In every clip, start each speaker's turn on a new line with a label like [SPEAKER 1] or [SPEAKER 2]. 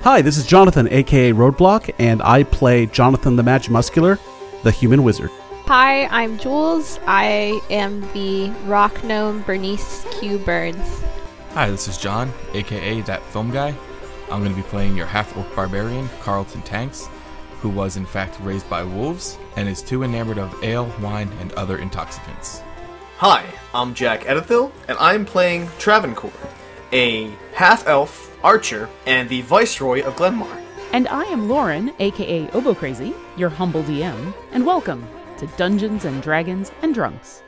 [SPEAKER 1] Hi, this is Jonathan, aka Roadblock, and I play Jonathan the Match Muscular, the human wizard.
[SPEAKER 2] Hi, I'm Jules. I am the rock gnome Bernice Q Burns.
[SPEAKER 3] Hi, this is John, aka That Film Guy. I'm going to be playing your half orc barbarian, Carlton Tanks, who was in fact raised by wolves and is too enamored of ale, wine, and other intoxicants.
[SPEAKER 4] Hi, I'm Jack Edithil, and I'm playing Travancore, a half elf archer and the Viceroy of Glenmar.
[SPEAKER 5] And I am Lauren, aka Obo Crazy, your humble DM, and welcome to Dungeons and Dragons and Drunks.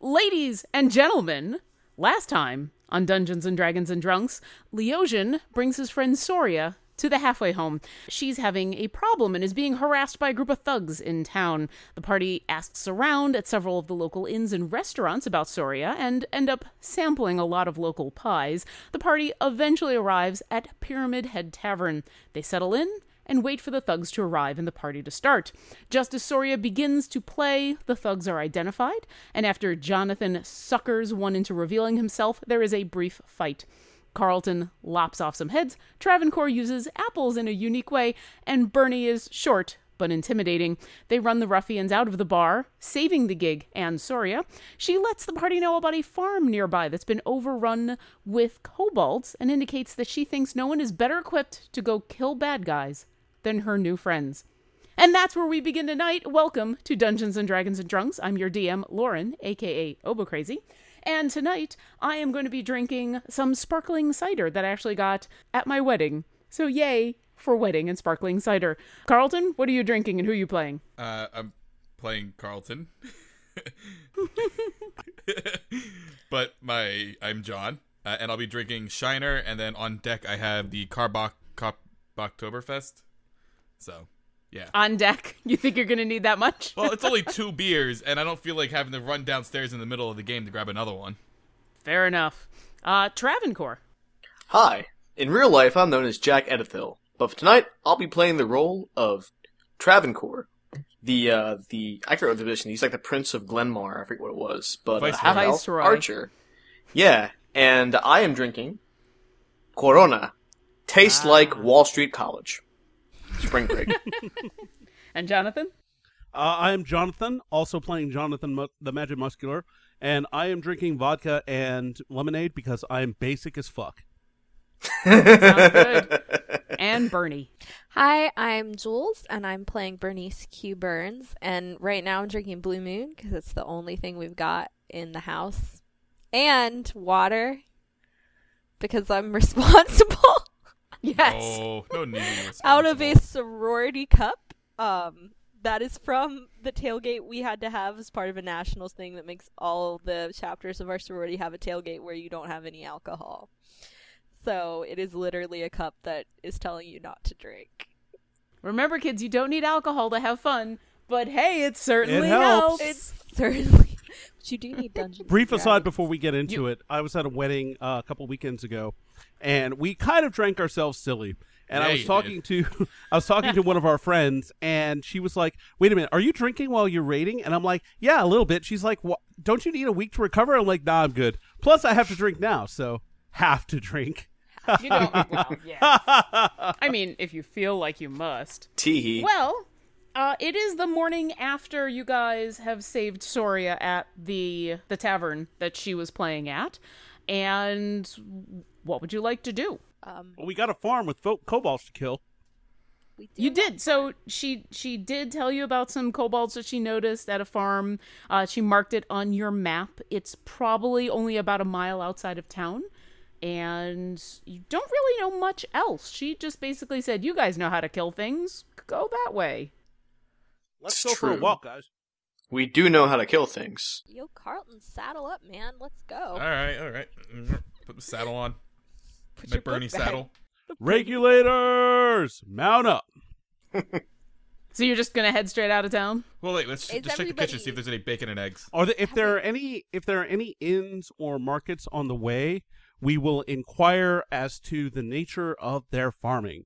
[SPEAKER 5] Ladies and gentlemen, last time on Dungeons and Dragons and Drunks, Leosian brings his friend Soria to the halfway home. She's having a problem and is being harassed by a group of thugs in town. The party asks around at several of the local inns and restaurants about Soria and end up sampling a lot of local pies. The party eventually arrives at Pyramid Head Tavern. They settle in and wait for the thugs to arrive and the party to start. Just as Soria begins to play, the thugs are identified, and after Jonathan suckers one into revealing himself, there is a brief fight. Carlton lops off some heads, Travancore uses apples in a unique way, and Bernie is short but intimidating. They run the ruffians out of the bar, saving the gig and Soria. She lets the party know about a farm nearby that's been overrun with kobolds and indicates that she thinks no one is better equipped to go kill bad guys than her new friends. And that's where we begin tonight. Welcome to Dungeons and Dragons and Drunks. I'm your DM, Lauren, aka Obo Crazy. And tonight, I am going to be drinking some sparkling cider that I actually got at my wedding. So, yay for wedding and sparkling cider. Carlton, what are you drinking and who are you playing?
[SPEAKER 3] Uh, I'm playing Carlton. but my I'm John, uh, and I'll be drinking Shiner, and then on deck I have the Carbach Oktoberfest. So, yeah.
[SPEAKER 5] On deck. You think you're going to need that much?
[SPEAKER 3] Well, it's only two beers, and I don't feel like having to run downstairs in the middle of the game to grab another one.
[SPEAKER 5] Fair enough. Uh, Travancore.
[SPEAKER 4] Hi, in real life I'm known as Jack Edithil, but for tonight I'll be playing the role of Travancore. The, uh, the, I can't remember the position, he's like the Prince of Glenmar, I forget what it was, but a
[SPEAKER 3] Viceroy.
[SPEAKER 4] half elf
[SPEAKER 5] Viceroy.
[SPEAKER 4] archer. Yeah, and I am drinking Corona. Tastes like Wall Street College. Spring break.
[SPEAKER 5] And Jonathan?
[SPEAKER 1] Uh, I am Jonathan, also playing Jonathan Mu- the Magic Muscular, and I am drinking vodka and lemonade because I'm basic as fuck.
[SPEAKER 5] Sounds good. and Bernie.
[SPEAKER 2] Hi, I'm Jules, and I'm playing Bernice Q Burns. And right now, I'm drinking Blue Moon because it's the only thing we've got in the house, and water because I'm responsible
[SPEAKER 5] Yes.
[SPEAKER 3] Oh, no need. to be
[SPEAKER 2] out of a
[SPEAKER 3] responsible.
[SPEAKER 2] sorority cup. Um, that is from the tailgate we had to have as part of a nationals thing that makes all the chapters of our sorority have a tailgate where you don't have any alcohol. So it is literally a cup that is telling you not to drink.
[SPEAKER 5] Remember, kids, you don't need alcohol to have fun, but hey, it certainly
[SPEAKER 1] helps.
[SPEAKER 5] helps.
[SPEAKER 2] It's certainly. But you do need dungeons.
[SPEAKER 1] Brief aside before we get into it, I was at a wedding uh, a couple weekends ago, and we kind of drank ourselves silly. And I
[SPEAKER 3] Yeah,
[SPEAKER 1] was
[SPEAKER 3] you
[SPEAKER 1] talking to, I was talking to one of our friends, and she was like, "Wait a minute, are you drinking while you're raiding?" And I'm like, "Yeah, a little bit." She's like, "Wha- "Don't you need a week to recover?" I'm like, "Nah, I'm good." Plus, I have to drink now, so have to drink.
[SPEAKER 5] You don't. well, yeah. I mean, if you feel like you must.
[SPEAKER 4] Teehee.
[SPEAKER 5] Well, uh, it is the morning after you guys have saved Soria at the the tavern that she was playing at, and what would you like to do?
[SPEAKER 6] Um,
[SPEAKER 1] Well, we got a farm with fo- kobolds to kill.
[SPEAKER 5] You did. So she she did tell you about some kobolds that she noticed at a farm. Uh, she marked it on your map. It's probably only about a mile outside of town. And you don't really know much else. She just basically said, You guys know how to kill things. Go that way.
[SPEAKER 1] Let's
[SPEAKER 4] It's
[SPEAKER 1] go for a
[SPEAKER 4] true.
[SPEAKER 1] walk, guys.
[SPEAKER 4] We do know how to kill things.
[SPEAKER 2] Yo, Carlton, saddle up, man. Let's go.
[SPEAKER 3] All right, all right. Mm-hmm. Put the saddle on.
[SPEAKER 2] Put
[SPEAKER 3] My
[SPEAKER 2] your book
[SPEAKER 3] Bernie
[SPEAKER 2] back.
[SPEAKER 3] saddle.
[SPEAKER 1] Regulators, mount up.
[SPEAKER 5] So you're just gonna head straight out of town?
[SPEAKER 3] Well, wait. Let's
[SPEAKER 2] Is
[SPEAKER 3] just check the kitchen,
[SPEAKER 2] everybody-
[SPEAKER 3] see if there's any bacon and eggs.
[SPEAKER 1] Are there, if there are any if there are any inns or markets on the way, we will inquire as to the nature of their farming.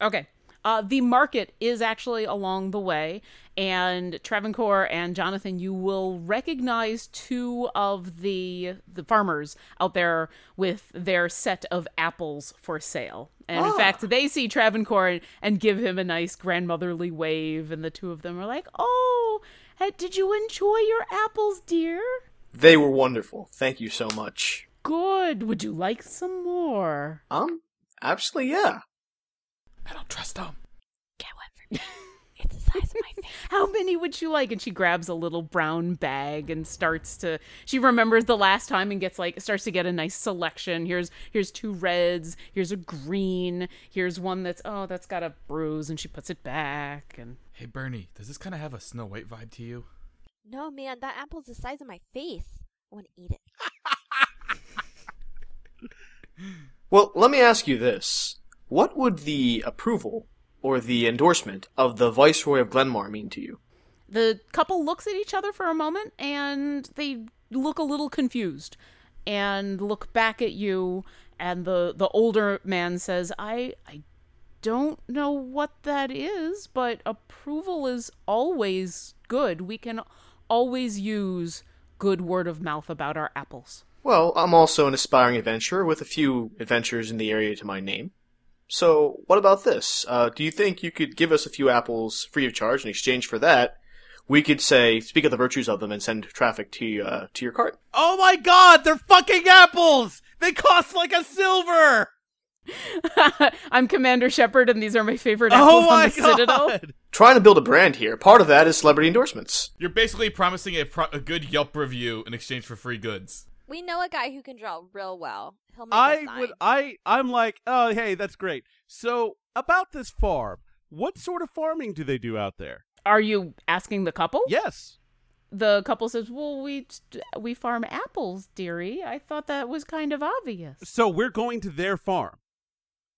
[SPEAKER 5] Okay. Uh, the market is actually along the way, and Travancore and Jonathan, you will recognize two of the the farmers out there with their set of apples for sale. And in fact, they see Travancore and, and give him a nice grandmotherly wave, and the two of them are like, "Oh, eh, did you enjoy your apples, dear?
[SPEAKER 4] They were wonderful. Thank you so much.
[SPEAKER 5] Good. Would you like some more?"
[SPEAKER 4] Um, actually, yeah.
[SPEAKER 7] I don't trust them.
[SPEAKER 6] Get one for me. It's the size of my face.
[SPEAKER 5] How many would you like? And she grabs a little brown bag and starts to. She remembers the last time and gets like starts to get a nice selection. Here's here's two reds. Here's a green. Here's one that's oh that's got a bruise, and she puts it back. And
[SPEAKER 7] Hey Bernie, does this kind of have a Snow White vibe to you?
[SPEAKER 6] No, man, that apple's the size of my face. I want to eat it.
[SPEAKER 4] Well, let me ask you this. What would the approval or the endorsement of the Viceroy of Glenmar mean to you?
[SPEAKER 5] the couple looks at each other for a moment, and they look a little confused, and look back at you. And the the older man says, "I I don't know what that is, but approval is always good. We can always use good word of mouth about our apples.
[SPEAKER 4] Well, I'm also an aspiring adventurer with a few adventures in the area to my name. So, what about this? Uh, do you think you could give us a few apples free of charge in exchange for that? We could say, speak of the virtues of them and send traffic to uh, to your cart.
[SPEAKER 1] Oh my god, they're fucking apples! They cost like a silver!
[SPEAKER 5] I'm Commander Shepard, and these are my favorite apples
[SPEAKER 1] Oh
[SPEAKER 5] on
[SPEAKER 1] my
[SPEAKER 5] the Citadel."
[SPEAKER 1] god!
[SPEAKER 4] Trying to build a brand here. Part of that is celebrity endorsements.
[SPEAKER 3] You're basically promising a, pro- a good Yelp review in exchange for free goods.
[SPEAKER 6] We know a guy who can draw real well. He'll make a
[SPEAKER 1] I
[SPEAKER 6] sign.
[SPEAKER 1] would I I'm like, oh hey, that's great. So about this farm, what sort of farming do they do out there?
[SPEAKER 5] Are you asking the
[SPEAKER 1] Oh.
[SPEAKER 5] couple?
[SPEAKER 1] Yes.
[SPEAKER 5] the couple says, "Well, we we farm apples, dearie. I thought that was kind of obvious."
[SPEAKER 1] So we're going to their farm.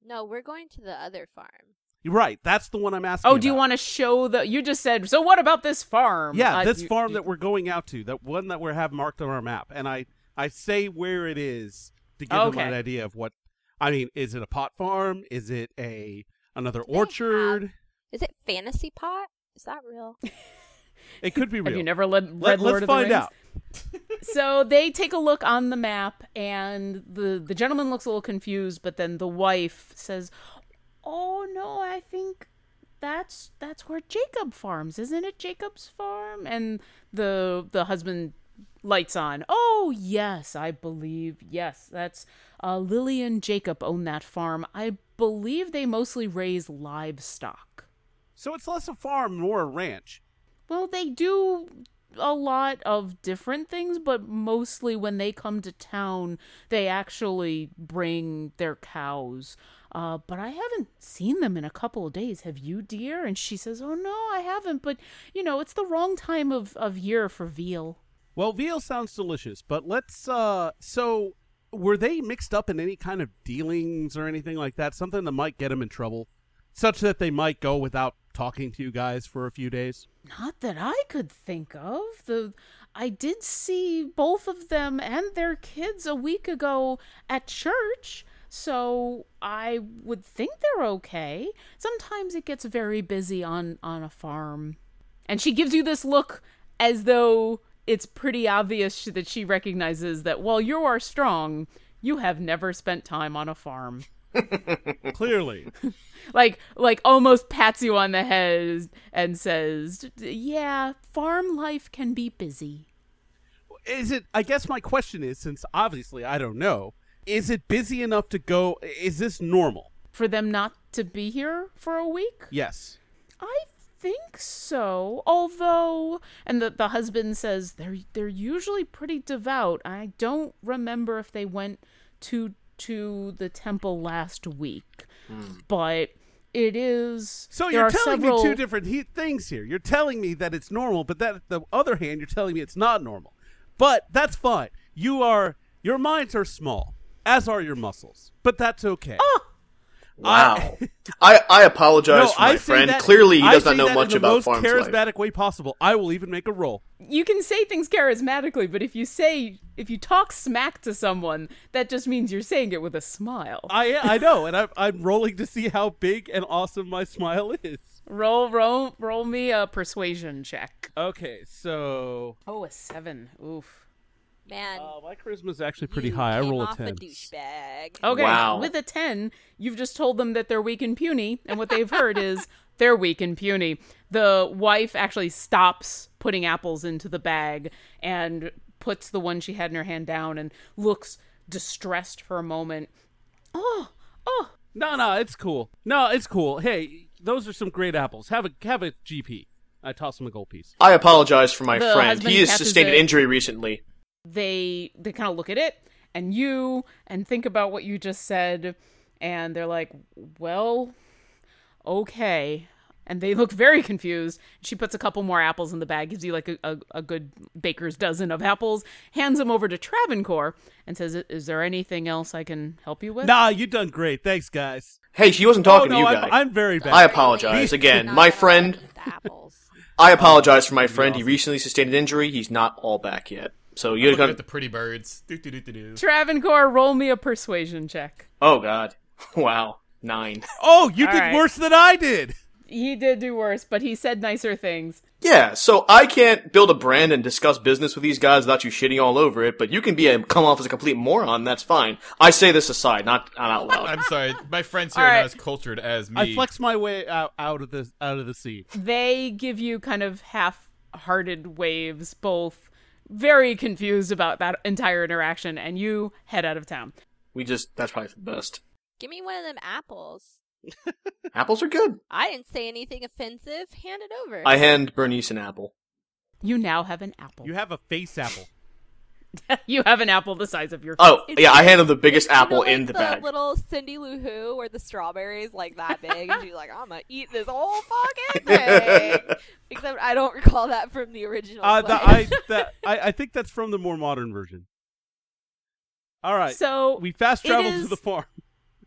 [SPEAKER 6] No, we're going to the other farm.
[SPEAKER 1] Right, that's the one I'm asking.
[SPEAKER 5] Oh, do you
[SPEAKER 1] about.
[SPEAKER 5] want to show the? You just said. So what about this farm?
[SPEAKER 1] Yeah,
[SPEAKER 5] Uh,
[SPEAKER 1] this
[SPEAKER 5] you-
[SPEAKER 1] farm
[SPEAKER 5] you-
[SPEAKER 1] that we're going out to, that one that we have marked on our map, and I I say where it is to give
[SPEAKER 5] Okay.
[SPEAKER 1] them an idea of what. I mean, is it a pot farm? Is it a another
[SPEAKER 6] have-
[SPEAKER 1] orchard?
[SPEAKER 6] Is it fantasy pot? Is that real?
[SPEAKER 4] Uh,
[SPEAKER 1] It could be
[SPEAKER 5] Have
[SPEAKER 1] real.
[SPEAKER 5] you never led,
[SPEAKER 1] Let,
[SPEAKER 5] read
[SPEAKER 1] us
[SPEAKER 5] Lord of the
[SPEAKER 1] find
[SPEAKER 5] Rings?
[SPEAKER 1] out.
[SPEAKER 5] so they take a look on the map and the the gentleman looks a little confused but then the wife says oh no i think that's that's where jacob farms isn't it jacob's farm and the the husband lights on oh yes i believe yes that's uh, lily and jacob own that farm i believe they mostly raise livestock
[SPEAKER 1] So it's less a farm, more a ranch.
[SPEAKER 5] well, they do a lot of different things, but mostly when they come to town, they actually bring their cows. Uh, but I haven't seen them in a couple of days. Have you, dear? And she says, Oh, no, I haven't. But, you know, it's the wrong time of, of year for veal.
[SPEAKER 1] Well, veal sounds delicious, but let's. uh So, were they mixed up in any kind of dealings or anything like that? Something that might get them in trouble, such that they might go without talking to you guys for a few days.
[SPEAKER 5] Not that I could think of. The I did see both of them and their kids a week ago at church, so I would think they're okay. Sometimes it gets very busy on on a farm. And she gives you this look as though it's pretty obvious that she recognizes that while you are strong, you have never spent time on a farm
[SPEAKER 1] Clearly,
[SPEAKER 5] like like almost pats you on the head and says, "Yeah, farm life can be busy."
[SPEAKER 1] is it i guess my question is since obviously i don't know is it busy enough to go is this normal
[SPEAKER 5] For them not to be here for a week?
[SPEAKER 1] yes
[SPEAKER 5] I think so. Although, and the the husband says they're they're usually pretty devout. I don't remember if they went to to the temple last week, but it is.
[SPEAKER 1] Hmm. so
[SPEAKER 5] there
[SPEAKER 1] you're
[SPEAKER 5] are
[SPEAKER 1] telling
[SPEAKER 5] several...
[SPEAKER 1] me two different he- things here you're telling me that it's normal but that the other hand you're telling me it's not normal but that's fine
[SPEAKER 5] Ah!
[SPEAKER 1] you are your minds are small as are your muscles but that's okay
[SPEAKER 4] Wow. I, I apologize for my
[SPEAKER 1] say
[SPEAKER 4] friend.
[SPEAKER 1] that-
[SPEAKER 4] Clearly, he
[SPEAKER 1] I
[SPEAKER 4] does
[SPEAKER 1] say
[SPEAKER 4] not know
[SPEAKER 1] that
[SPEAKER 4] much
[SPEAKER 1] in the
[SPEAKER 4] about
[SPEAKER 1] most
[SPEAKER 4] farms. life.
[SPEAKER 1] charismatic way possible. I will even make a roll.
[SPEAKER 5] You can say things charismatically, but if you say if you talk smack to someone, that just means you're saying it with a smile.
[SPEAKER 1] I I know, and I'm I'm rolling to see how big and awesome my smile is.
[SPEAKER 5] Roll, roll, roll me a persuasion check.
[SPEAKER 1] Okay, so
[SPEAKER 5] Oh, a seven. Oof.
[SPEAKER 6] Man,
[SPEAKER 1] uh, my charisma is actually pretty
[SPEAKER 6] you
[SPEAKER 1] high. I
[SPEAKER 6] came
[SPEAKER 1] roll a
[SPEAKER 6] off
[SPEAKER 1] ten.
[SPEAKER 6] douchebag.
[SPEAKER 4] Oh,
[SPEAKER 5] Okay.
[SPEAKER 4] Wow.
[SPEAKER 5] With a ten, you've just told them that they're weak and puny, and what they've heard is they're weak and puny. The wife actually stops putting apples into the bag and puts the one she had in her hand down and looks distressed for a moment. Oh, oh,
[SPEAKER 1] No, no, it's cool. No, it's cool. Hey, those are some great apples. Have a have a GP. I toss him a gold piece.
[SPEAKER 4] I apologize for my
[SPEAKER 5] The
[SPEAKER 4] friend.
[SPEAKER 5] husband
[SPEAKER 4] He has
[SPEAKER 5] catches
[SPEAKER 4] sustained an
[SPEAKER 5] it.
[SPEAKER 4] injury recently.
[SPEAKER 5] they they kind of look at it and you and think about what you just said and they're like well okay and they look very confused she puts a couple more apples in the bag gives you like a, a, a good baker's dozen of apples hands them over to travancore and says is there anything else i can help you with
[SPEAKER 1] Nah, you done great. Thanks, guys.
[SPEAKER 4] Hey, she wasn't talking
[SPEAKER 1] oh,
[SPEAKER 4] to
[SPEAKER 1] no,
[SPEAKER 4] you
[SPEAKER 1] I'm,
[SPEAKER 4] guys.
[SPEAKER 1] I'm very bad.
[SPEAKER 4] I apologize again. My friend,
[SPEAKER 6] The apples.
[SPEAKER 4] I apologize for my friend. He recently sustained an injury. He's not all back yet. So you're
[SPEAKER 3] Look
[SPEAKER 4] gonna.
[SPEAKER 3] at the pretty birds. Do, do, do, do, do.
[SPEAKER 5] travancore roll me a persuasion check
[SPEAKER 4] Oh God! Wow, nine.
[SPEAKER 1] oh, you
[SPEAKER 5] All
[SPEAKER 1] did
[SPEAKER 5] right.
[SPEAKER 1] worse than I did.
[SPEAKER 5] he did do worse but he said nicer things
[SPEAKER 4] Yeah. So I can't build a brand and discuss business with these guys without you shitting all over it. But you can be a come off as a complete moron. That's fine. I say this aside, not not out loud.
[SPEAKER 3] I'm sorry. My friends here
[SPEAKER 5] All
[SPEAKER 3] are
[SPEAKER 5] right.
[SPEAKER 3] not as cultured as me.
[SPEAKER 1] I flex my way out, out of the out of the sea.
[SPEAKER 5] they give you kind of half-hearted waves both very confused about that entire interaction and you head out of town
[SPEAKER 4] We just that's probably for the best.
[SPEAKER 6] Give me one of them apples.
[SPEAKER 4] Apples are good.
[SPEAKER 6] I didn't say anything offensive. Hand it over.
[SPEAKER 4] I hand Bernice an apple.
[SPEAKER 5] you now have an apple
[SPEAKER 1] You have a face apple.
[SPEAKER 5] You have an apple the size of your
[SPEAKER 4] Oh
[SPEAKER 6] It's-
[SPEAKER 4] yeah, I hand him the biggest
[SPEAKER 6] You know,
[SPEAKER 4] apple
[SPEAKER 6] like
[SPEAKER 4] in the bag.
[SPEAKER 6] Little Cindy Lou Who, where the strawberries like that big, and she's like, "I'm gonna eat this whole fucking thing." Except I don't recall that from the original.
[SPEAKER 1] Uh,
[SPEAKER 6] play.
[SPEAKER 1] the, I, the, I I think that's from the more modern version. All right.
[SPEAKER 5] so
[SPEAKER 1] we fast
[SPEAKER 5] it
[SPEAKER 1] travel to
[SPEAKER 5] is-
[SPEAKER 1] the farm.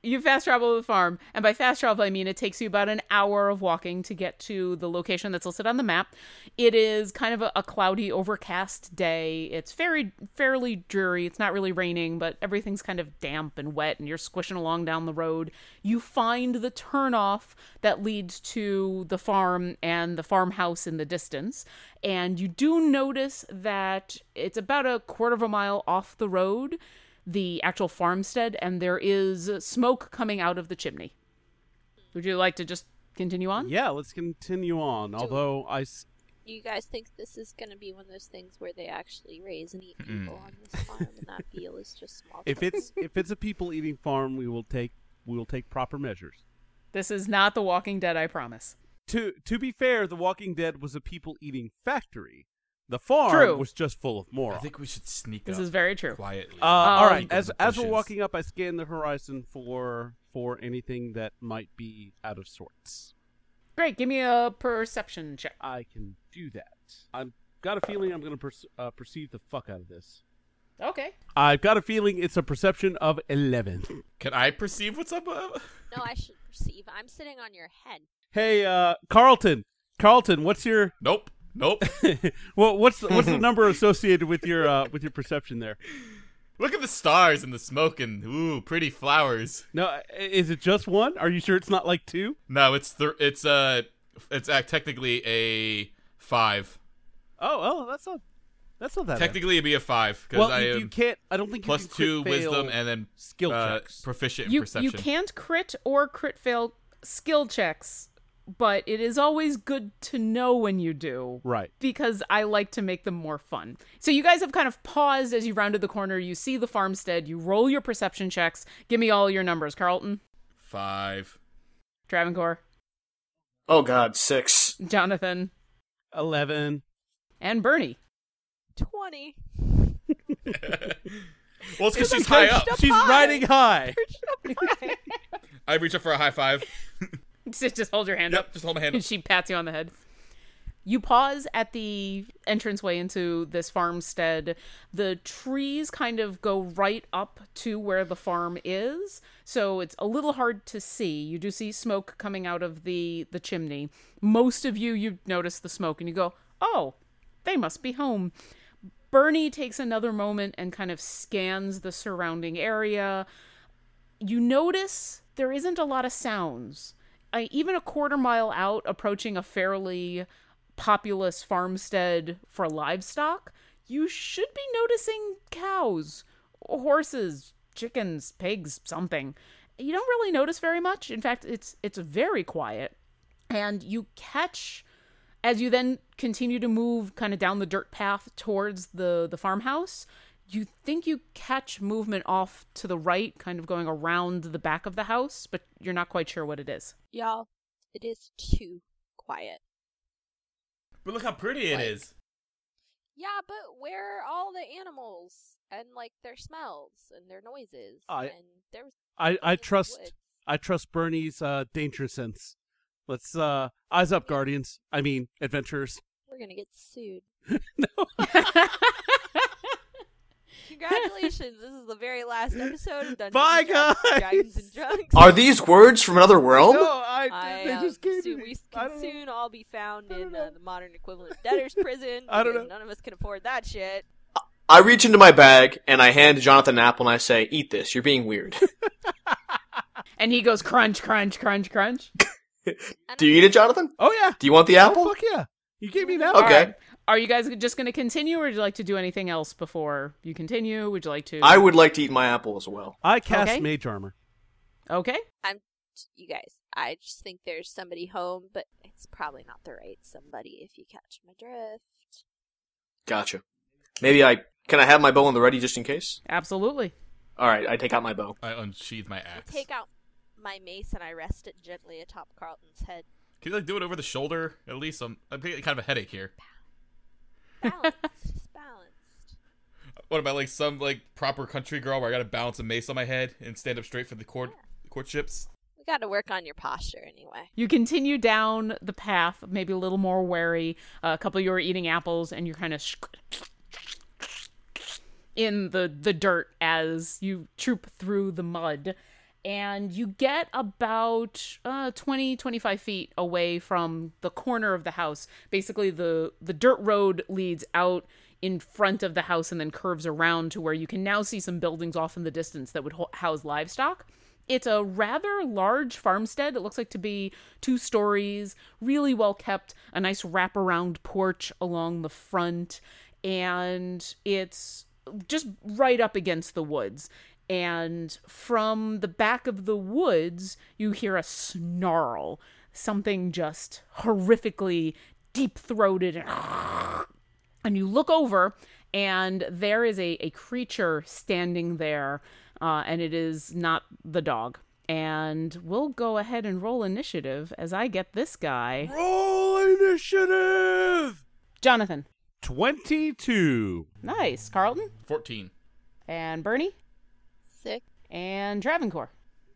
[SPEAKER 5] you fast travel to the farm and by fast travel i mean it takes you about an hour of walking to get to the location that's listed on the map it is kind of a, a cloudy overcast day it's very fairly dreary it's not really raining but everything's kind of damp and wet and you're squishing along down the road you find the turnoff that leads to the farm and the farmhouse in the distance and you do notice that it's about a quarter of a mile off the road the actual farmstead and there is smoke coming out of the chimney. Would you like to just continue on?
[SPEAKER 1] Yeah, let's continue on. Although I, s-
[SPEAKER 6] you guys think this is gonna be one of those things where they actually raise and eat people on this farm, and that veal is just small.
[SPEAKER 1] if it's if it's a people eating farm, we will take we will take proper measures.
[SPEAKER 5] This is not The Walking Dead, I promise.
[SPEAKER 1] To to be fair, The Walking Dead was a people eating factory. The farm
[SPEAKER 5] True.
[SPEAKER 1] was just full of
[SPEAKER 3] I
[SPEAKER 1] morons.
[SPEAKER 3] think we should sneak
[SPEAKER 5] This
[SPEAKER 3] up
[SPEAKER 5] is very true.
[SPEAKER 3] quietly.
[SPEAKER 1] uh,
[SPEAKER 2] Oh,
[SPEAKER 1] all right,
[SPEAKER 3] Sneak up
[SPEAKER 1] as
[SPEAKER 3] the
[SPEAKER 1] as we're
[SPEAKER 3] bushes.
[SPEAKER 1] walking up, I scan the horizon for for anything that might be out of sorts.
[SPEAKER 5] Great, give me a perception check.
[SPEAKER 1] I can do that. I've got a feeling I'm going to perce- uh, perceive the fuck out of this.
[SPEAKER 5] Okay.
[SPEAKER 1] I've got a feeling it's a perception of eleven.
[SPEAKER 3] Can I perceive what's up? uh,
[SPEAKER 6] no, I should perceive. I'm sitting on your head.
[SPEAKER 1] Hey, uh, Carlton, Carlton, what's your
[SPEAKER 3] Nope. Nope.
[SPEAKER 1] well, what's the, what's the number associated with your uh, with your perception there?
[SPEAKER 3] Look at the stars and the smoke and ooh, pretty flowers.
[SPEAKER 1] No, i- is it just one? Are you sure it's not like two?
[SPEAKER 3] No, it's th- it's uh it's uh, technically a five.
[SPEAKER 1] Oh, oh, that's not that's not that. bad.
[SPEAKER 3] Technically, it'd be a five because
[SPEAKER 1] well,
[SPEAKER 3] I
[SPEAKER 1] you,
[SPEAKER 3] am
[SPEAKER 1] you can't. I don't think
[SPEAKER 3] plus
[SPEAKER 1] you can crit
[SPEAKER 3] two
[SPEAKER 1] fail
[SPEAKER 3] wisdom and then
[SPEAKER 1] skill
[SPEAKER 3] uh,
[SPEAKER 1] checks.
[SPEAKER 3] proficient in
[SPEAKER 5] You,
[SPEAKER 3] perception.
[SPEAKER 5] you can't crit or crit fail skill checks, but it is always good to know when you do.
[SPEAKER 1] right.
[SPEAKER 5] because I like to make them more fun. So you guys have kind of paused as you rounded the corner. You see the farmstead. You roll your perception checks. Give me all your numbers, Carlton,
[SPEAKER 3] Five.
[SPEAKER 5] Travancore,
[SPEAKER 4] Oh God, six.
[SPEAKER 5] Jonathan,
[SPEAKER 1] Eleven.
[SPEAKER 5] and Bernie.
[SPEAKER 6] Twenty.
[SPEAKER 3] Well, it's because
[SPEAKER 6] It's
[SPEAKER 3] she's
[SPEAKER 6] like
[SPEAKER 3] high up.
[SPEAKER 6] perched
[SPEAKER 1] She's
[SPEAKER 6] high.
[SPEAKER 1] riding high.
[SPEAKER 3] I reach up for a high five.
[SPEAKER 5] Just just hold your hand
[SPEAKER 3] Yep,
[SPEAKER 5] up,
[SPEAKER 3] just hold my hand.
[SPEAKER 5] and
[SPEAKER 3] Up.
[SPEAKER 5] she pats you on the head. You pause at the entranceway into this farmstead. The trees kind of go right up to where the farm is, so it's a little hard to see. You do see smoke coming out of the the chimney. Most of you you notice the smoke and you go, "Oh, they must be home." Bernie takes another moment and kind of scans the surrounding area you notice there isn't a lot of sounds. I, even a quarter mile out, approaching a fairly populous farmstead for livestock, you should be noticing cows, horses, chickens, pigs, something. You don't really notice very much. In fact, it's it's very quiet, and you catch as you then continue to move kind of down the dirt path towards the the farmhouse you think you catch movement off to the right kind of going around the back of the house but you're not quite sure what it is
[SPEAKER 6] Y'all, it is too quiet.
[SPEAKER 3] But look how pretty it
[SPEAKER 6] Like-
[SPEAKER 3] is.
[SPEAKER 6] Yeah, but where are all the animals and like their smells and their noises
[SPEAKER 1] I-
[SPEAKER 6] and their
[SPEAKER 1] I, I
[SPEAKER 6] in the
[SPEAKER 1] trust
[SPEAKER 6] woods.
[SPEAKER 1] I trust Bernie's uh, danger sense. Let's uh, eyes up, guardians. I mean, adventurers.
[SPEAKER 6] We're gonna get sued.
[SPEAKER 5] you
[SPEAKER 6] Congratulations! this is the very last episode of Dungeons
[SPEAKER 1] Bye,
[SPEAKER 6] and Dragons,
[SPEAKER 1] guys!
[SPEAKER 6] Dragons and Drunks.
[SPEAKER 4] Are these words from another world?
[SPEAKER 1] No, I,
[SPEAKER 6] I,
[SPEAKER 1] they
[SPEAKER 6] um,
[SPEAKER 1] just gave
[SPEAKER 6] soon,
[SPEAKER 1] me.
[SPEAKER 6] we
[SPEAKER 1] these. I
[SPEAKER 6] can
[SPEAKER 1] don't
[SPEAKER 6] soon all be found
[SPEAKER 1] I don't
[SPEAKER 6] in uh,
[SPEAKER 1] know.
[SPEAKER 6] the modern equivalent of debtor's prison.
[SPEAKER 1] I don't
[SPEAKER 6] because
[SPEAKER 1] know.
[SPEAKER 6] None of us can afford that shit.
[SPEAKER 4] I reach into my bag and I hand Jonathan an apple and I say, "Eat this. You're being weird."
[SPEAKER 5] and he goes crunch crunch crunch crunch
[SPEAKER 4] Do you eat it, Jonathan?
[SPEAKER 1] Oh yeah.
[SPEAKER 4] Do you want the
[SPEAKER 1] Oh,
[SPEAKER 4] apple?
[SPEAKER 1] fuck yeah. You gave me that.
[SPEAKER 5] All
[SPEAKER 4] Okay.
[SPEAKER 5] right. are you guys just going to continue or would you like to do anything else before you continue would you like to
[SPEAKER 4] I would like to eat my apple as well.
[SPEAKER 1] I cast
[SPEAKER 5] Okay.
[SPEAKER 1] mage armor.
[SPEAKER 5] okay
[SPEAKER 6] You guys, I just think there's somebody home, but it's probably not the right somebody. If you catch my drift.
[SPEAKER 4] Gotcha. Maybe I can I have my bow on the ready just in case.
[SPEAKER 5] absolutely
[SPEAKER 4] All right, I take out my bow.
[SPEAKER 3] I unsheathe my
[SPEAKER 6] I
[SPEAKER 3] axe.
[SPEAKER 6] take out my mace and I rest it gently atop Carlton's head.
[SPEAKER 3] Can you like do it over the shoulder at least? I'm, I'm getting kind of a headache here.
[SPEAKER 6] Balanced, just balanced.
[SPEAKER 3] What am I like some like proper country girl where I gotta balance a mace on my head and stand up straight for the court courtships?
[SPEAKER 6] We got to work on your posture anyway.
[SPEAKER 5] You continue down the path, maybe a little more wary. Uh, a couple of you are eating apples, and you're kind of sh- in the the dirt as you troop through the mud. And you get about uh, 20, 25 feet away from the corner of the house. Basically, the, the dirt road leads out in front of the house and then curves around to where you can now see some buildings off in the distance that would ho- house livestock. It's a rather large farmstead. It looks like to be two stories, really well kept, a nice wraparound porch along the front, and it's just right up against the woods. And from the back of the woods, you hear a snarl, something just horrifically deep throated and and you look over and there is a, a creature standing there uh, and it is not the dog and we'll go ahead and roll initiative as i get this guy
[SPEAKER 1] Roll initiative.
[SPEAKER 5] jonathan
[SPEAKER 1] Twenty-two.
[SPEAKER 5] nice carlton
[SPEAKER 3] Fourteen.
[SPEAKER 5] and bernie
[SPEAKER 6] Sick.
[SPEAKER 5] and travancore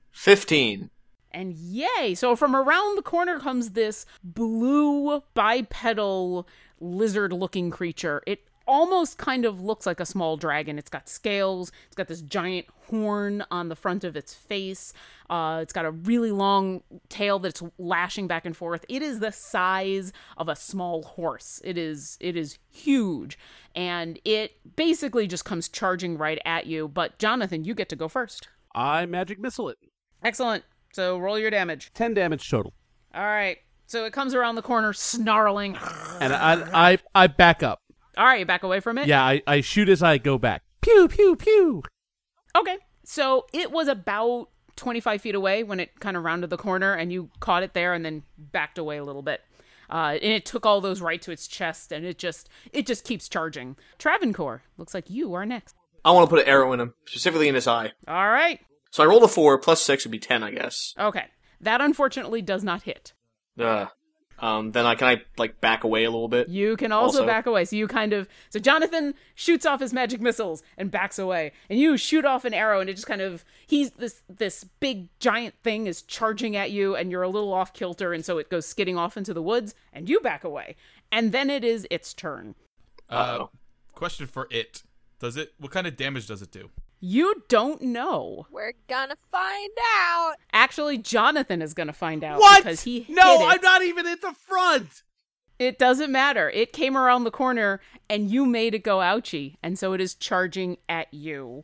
[SPEAKER 4] Fifteen.
[SPEAKER 5] And yay! So from around the corner comes this blue bipedal lizard looking creature. It almost kind of looks like a small dragon. It's got scales, it's got this giant horn on the front of its face, uh, it's got a really long tail that's lashing back and forth. It is the size of a small horse. It is it is huge. And it basically just comes charging right at you. But Jonathan, you get to go first.
[SPEAKER 1] I magic missile it.
[SPEAKER 5] Excellent. So roll your damage.
[SPEAKER 1] Ten damage total.
[SPEAKER 5] All right. So it comes around the corner snarling. All
[SPEAKER 1] And I I I back up.
[SPEAKER 5] right, back away from it.
[SPEAKER 1] Yeah, I, I shoot as I go back. Pew pew pew.
[SPEAKER 5] Okay. So it was about 25 feet away when it kind of rounded the corner and you caught it there and then backed away a little bit. Uh, and it took all those right to its chest and it just it just keeps charging. Travancore, looks like you are next.
[SPEAKER 4] I want to put an arrow in him, specifically in his eye.
[SPEAKER 5] All right.
[SPEAKER 4] So I rolled a four plus six would be ten, I guess.
[SPEAKER 5] Okay. That unfortunately does not hit.
[SPEAKER 4] Uh, Um, then I can I like back away a little bit.
[SPEAKER 5] You can also,
[SPEAKER 4] Also-
[SPEAKER 5] back away. So you kind of so Jonathan shoots off his magic missiles and backs away, and you shoot off an arrow, and it just kind of he's this this big giant thing is charging at you, and you're a little off kilter, and so it goes skidding off into the woods, and you back away, and then it is its turn.
[SPEAKER 3] Uh, question for it: Does it? What kind of damage does it do?
[SPEAKER 5] You don't know.
[SPEAKER 6] We're gonna find out.
[SPEAKER 5] Actually, Jonathan is going to find out
[SPEAKER 1] What?
[SPEAKER 5] because he
[SPEAKER 1] no,
[SPEAKER 5] hit it.
[SPEAKER 1] I'm not even at the front.
[SPEAKER 5] It doesn't matter. It came around the corner, and you made it go ouchie, and so it is charging at you.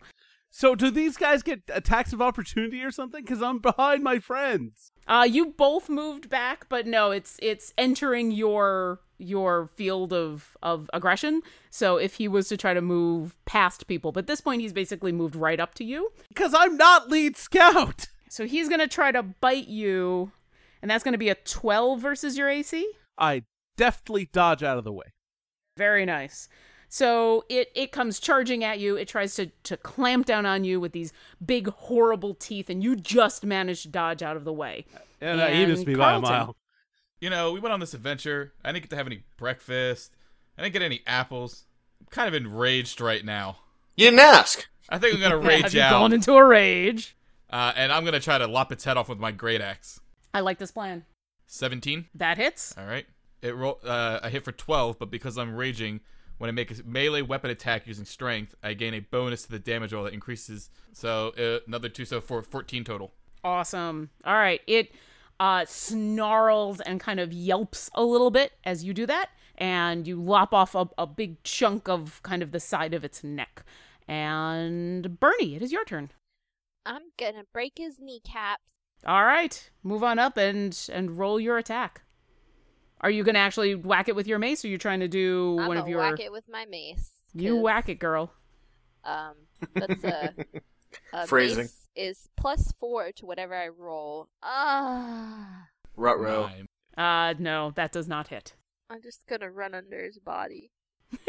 [SPEAKER 1] So do these guys get attacks of opportunity or something? Because I'm behind my friends.
[SPEAKER 5] Uh, you both moved back, but no, it's it's entering your your field of of aggression. So if he was to try to move past people, but at this point he's basically moved right up to you.
[SPEAKER 1] Because I'm not lead scout.
[SPEAKER 5] So he's gonna try to bite you, and that's gonna be a twelve versus your AC.
[SPEAKER 1] I deftly dodge out of the way.
[SPEAKER 5] Very nice. So it it comes charging at you. It tries to to clamp down on you with these big horrible teeth, and you just manage to dodge out of the way.
[SPEAKER 1] And, uh, he
[SPEAKER 5] And
[SPEAKER 1] missed me by
[SPEAKER 5] Carlton.
[SPEAKER 1] a mile.
[SPEAKER 3] You know, we went on this adventure. I didn't get to have any breakfast. I didn't get any apples. I'm kind of enraged right now.
[SPEAKER 4] You didn't ask.
[SPEAKER 3] I think I'm gonna
[SPEAKER 5] Have
[SPEAKER 3] rage
[SPEAKER 5] you
[SPEAKER 3] out,
[SPEAKER 5] gone into a rage?
[SPEAKER 3] uh, and I'm gonna try to lop its head off with my great axe.
[SPEAKER 5] I like this plan.
[SPEAKER 3] Seventeen.
[SPEAKER 5] That hits.
[SPEAKER 3] All right. It roll. Uh, I hit for twelve, but because I'm raging, when I make a melee weapon attack using strength, I gain a bonus to the damage roll that increases. So uh, another two, so four, 14 total.
[SPEAKER 5] Awesome. All right. It uh, snarls and kind of yelps a little bit as you do that, and you lop off a, a big chunk of kind of the side of its neck. And Bernie, it is your turn.
[SPEAKER 6] I'm gonna break his kneecaps.
[SPEAKER 5] All right, move on up and and roll your attack. Are you gonna actually whack it with your mace? Or are you trying to do
[SPEAKER 6] I'm
[SPEAKER 5] one
[SPEAKER 6] gonna
[SPEAKER 5] of your?
[SPEAKER 6] whack it with my mace.
[SPEAKER 5] you
[SPEAKER 6] 'cause,
[SPEAKER 5] whack it, girl.
[SPEAKER 6] Um, that's a, a
[SPEAKER 4] Phrasing.
[SPEAKER 6] mace is plus four to whatever I roll. Ah,
[SPEAKER 4] Rut row.
[SPEAKER 3] Nine.
[SPEAKER 5] Uh, no, that does not hit.
[SPEAKER 6] I'm just gonna run under his body.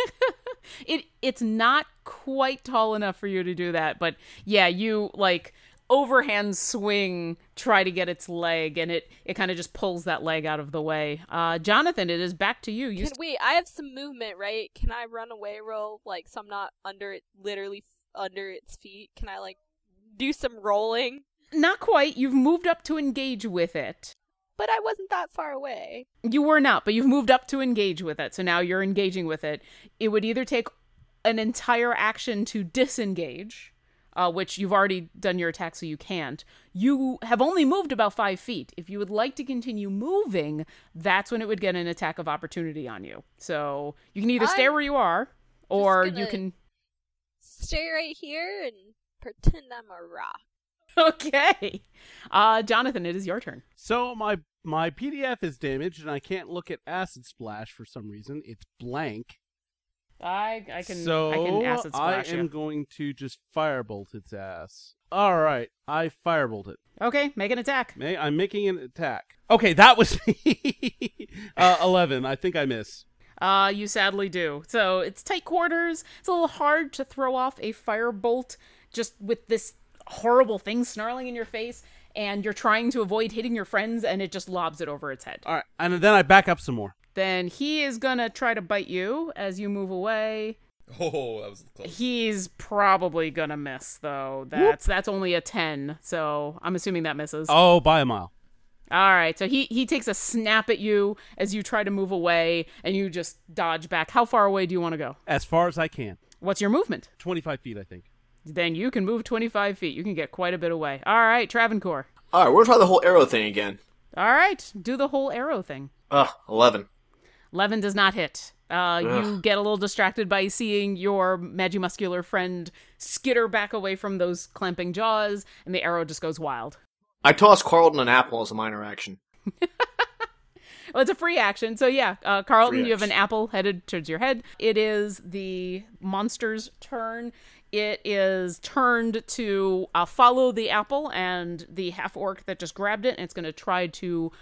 [SPEAKER 5] it it's not quite tall enough for you to do that, but yeah, you like overhand swing try to get its leg and it it kind of just pulls that leg out of the way. Uh Jonathan, it is back to you. You
[SPEAKER 6] Can, wait, I have some movement, right? Can I run away roll like so I'm not under it, literally f- under its feet? Can I like do some rolling?
[SPEAKER 5] st- not quite. You've moved up to engage with it.
[SPEAKER 6] But I wasn't that far away.
[SPEAKER 5] You were not, but you've moved up to engage with it. So now you're engaging with it. It would either take an entire action to disengage, uh, which you've already done your attack, so you can't. You have only moved about five feet. If you would like to continue moving, that's when it would get an attack of opportunity on you. So you can either stay
[SPEAKER 6] I'm
[SPEAKER 5] where you are, or you
[SPEAKER 6] gonna-
[SPEAKER 5] can.
[SPEAKER 6] Stay right here and pretend I'm a rock.
[SPEAKER 5] Okay, uh, Jonathan, it is your turn.
[SPEAKER 1] So my my PDF is damaged, and I can't look at acid splash for some reason. It's blank.
[SPEAKER 5] I I can
[SPEAKER 1] so
[SPEAKER 5] I can acid splash
[SPEAKER 1] I am
[SPEAKER 5] you.
[SPEAKER 1] going to just firebolt its ass. All right, I firebolt it.
[SPEAKER 5] okay, make an attack.
[SPEAKER 1] May I'm making an attack. Okay, that was me. uh, Eleven. I think I miss.
[SPEAKER 5] Uh, you sadly do. So it's tight quarters. It's a little hard to throw off a firebolt just with this horrible thing snarling in your face, and you're trying to avoid hitting your friends, and it just lobs it over its head.
[SPEAKER 1] All right, and then I back up some more.
[SPEAKER 5] Then he is gonna try to bite you as you move away.
[SPEAKER 3] Oh, that was close.
[SPEAKER 5] He's probably gonna miss though. That's that's only a ten, so I'm assuming that misses.
[SPEAKER 1] Oh, by a mile.
[SPEAKER 5] All right, so he he takes a snap at you as you try to move away, and you just dodge back. How far away do you want to go?
[SPEAKER 1] As far as I can.
[SPEAKER 5] What's your movement?
[SPEAKER 1] Twenty-five feet, I think.
[SPEAKER 5] then you can move 25 feet. You can get quite a bit away. All right, Travancore.
[SPEAKER 4] All right, we're gonna try the whole arrow thing again.
[SPEAKER 5] All right, do the whole arrow thing.
[SPEAKER 4] Ugh, eleven.
[SPEAKER 5] 11 does not hit. Uh, you get a little distracted by seeing your magimuscular friend skitter back away from those clamping jaws, and the arrow just goes wild.
[SPEAKER 4] I tossed Carlton an apple as a minor action.
[SPEAKER 5] Well, it's a free action, so yeah, uh, Carlton,
[SPEAKER 4] Free
[SPEAKER 5] you have an
[SPEAKER 4] action.
[SPEAKER 5] apple headed towards your head. It is the monster's turn. It is turned to uh, follow the apple and the half orc that just grabbed it, and it's going to try to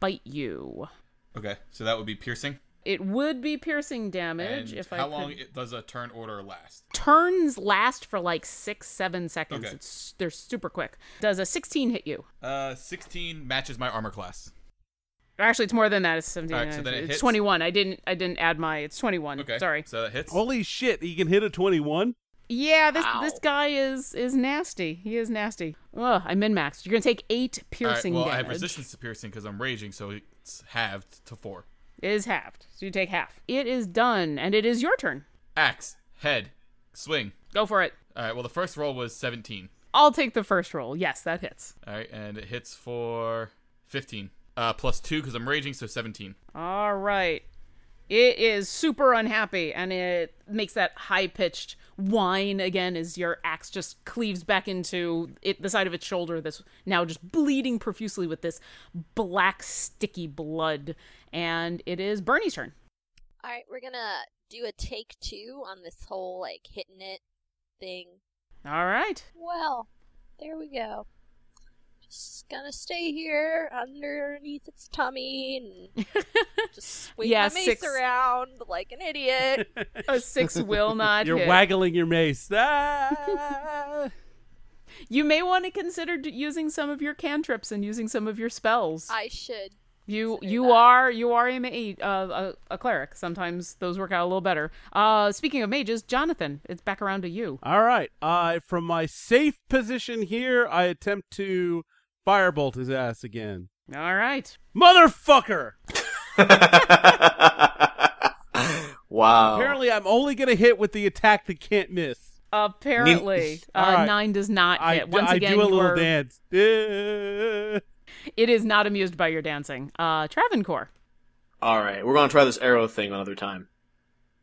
[SPEAKER 5] bite you.
[SPEAKER 3] Okay, so that would be piercing.
[SPEAKER 5] It would be piercing damage
[SPEAKER 3] And
[SPEAKER 5] if
[SPEAKER 3] how
[SPEAKER 5] I
[SPEAKER 3] long
[SPEAKER 5] could-
[SPEAKER 3] it does a turn order last?
[SPEAKER 5] Turns last for like six, seven seconds.
[SPEAKER 3] Okay.
[SPEAKER 5] It's they're super quick. Does a sixteen hit you?
[SPEAKER 3] Uh, sixteen matches my armor class.
[SPEAKER 5] Or Actually, it's more than that. It's seventeen.
[SPEAKER 3] All right, so then it
[SPEAKER 5] it's
[SPEAKER 3] hits.
[SPEAKER 5] twenty-one. I didn't. I didn't add my. It's twenty-one.
[SPEAKER 3] Okay.
[SPEAKER 5] Sorry.
[SPEAKER 3] So that hits.
[SPEAKER 1] Holy shit, he can hit a 21?
[SPEAKER 5] Yeah, this
[SPEAKER 4] Ow.
[SPEAKER 5] this guy is is nasty. He is nasty. Ugh, I min maxed. You're gonna take eight
[SPEAKER 3] All right,
[SPEAKER 5] piercing
[SPEAKER 3] well, I
[SPEAKER 5] damage.
[SPEAKER 3] have resistance to piercing because I'm raging, so it's halved to four.
[SPEAKER 5] It is halved, so you take half. It is done, and it is your turn.
[SPEAKER 3] Axe, head, swing.
[SPEAKER 5] Go for it.
[SPEAKER 3] All right. Well, the first roll was 17.
[SPEAKER 5] I'll take the first roll. Yes, that hits.
[SPEAKER 3] All right, and it hits for 15. Uh, plus two because I'm raging, so 17.
[SPEAKER 5] All right. It is super unhappy, and it makes that high pitched whine again as your axe just cleaves back into it, the side of its shoulder that's now just bleeding profusely with this black, sticky blood. And it is Bernie's turn.
[SPEAKER 2] All right, we're gonna do a take two on this whole like hitting it thing.
[SPEAKER 5] All right.
[SPEAKER 2] Well, there we go. Just gonna stay here underneath its tummy and just swing
[SPEAKER 5] Yeah,
[SPEAKER 2] my mace
[SPEAKER 5] six.
[SPEAKER 2] around like an idiot.
[SPEAKER 5] A six will not
[SPEAKER 1] You're
[SPEAKER 5] hit.
[SPEAKER 1] waggling your mace. Ah!
[SPEAKER 5] you may want to consider d- using some of your cantrips and using some of your spells.
[SPEAKER 2] I should.
[SPEAKER 5] You
[SPEAKER 2] consider
[SPEAKER 5] you
[SPEAKER 2] that.
[SPEAKER 5] are you are a, ma- uh, a a cleric. Sometimes those work out a little better. Uh, speaking of mages, Jonathan, it's back around to you.
[SPEAKER 1] All right. I from my safe position here, I attempt to firebolt his ass again.
[SPEAKER 5] All right,
[SPEAKER 1] Motherfucker!
[SPEAKER 5] Oh.
[SPEAKER 4] wow.
[SPEAKER 1] Apparently, I'm only going to hit with the attack that can't miss.
[SPEAKER 5] apparently
[SPEAKER 1] All
[SPEAKER 5] uh,
[SPEAKER 1] right.
[SPEAKER 5] nine does not
[SPEAKER 1] I,
[SPEAKER 5] hit. Once
[SPEAKER 1] I
[SPEAKER 5] again,
[SPEAKER 1] do a
[SPEAKER 5] you
[SPEAKER 1] little
[SPEAKER 5] are-
[SPEAKER 1] dance. Eh.
[SPEAKER 5] it is not amused by your dancing. Uh, Travancore,
[SPEAKER 4] All right, we're gonna try this arrow thing another time.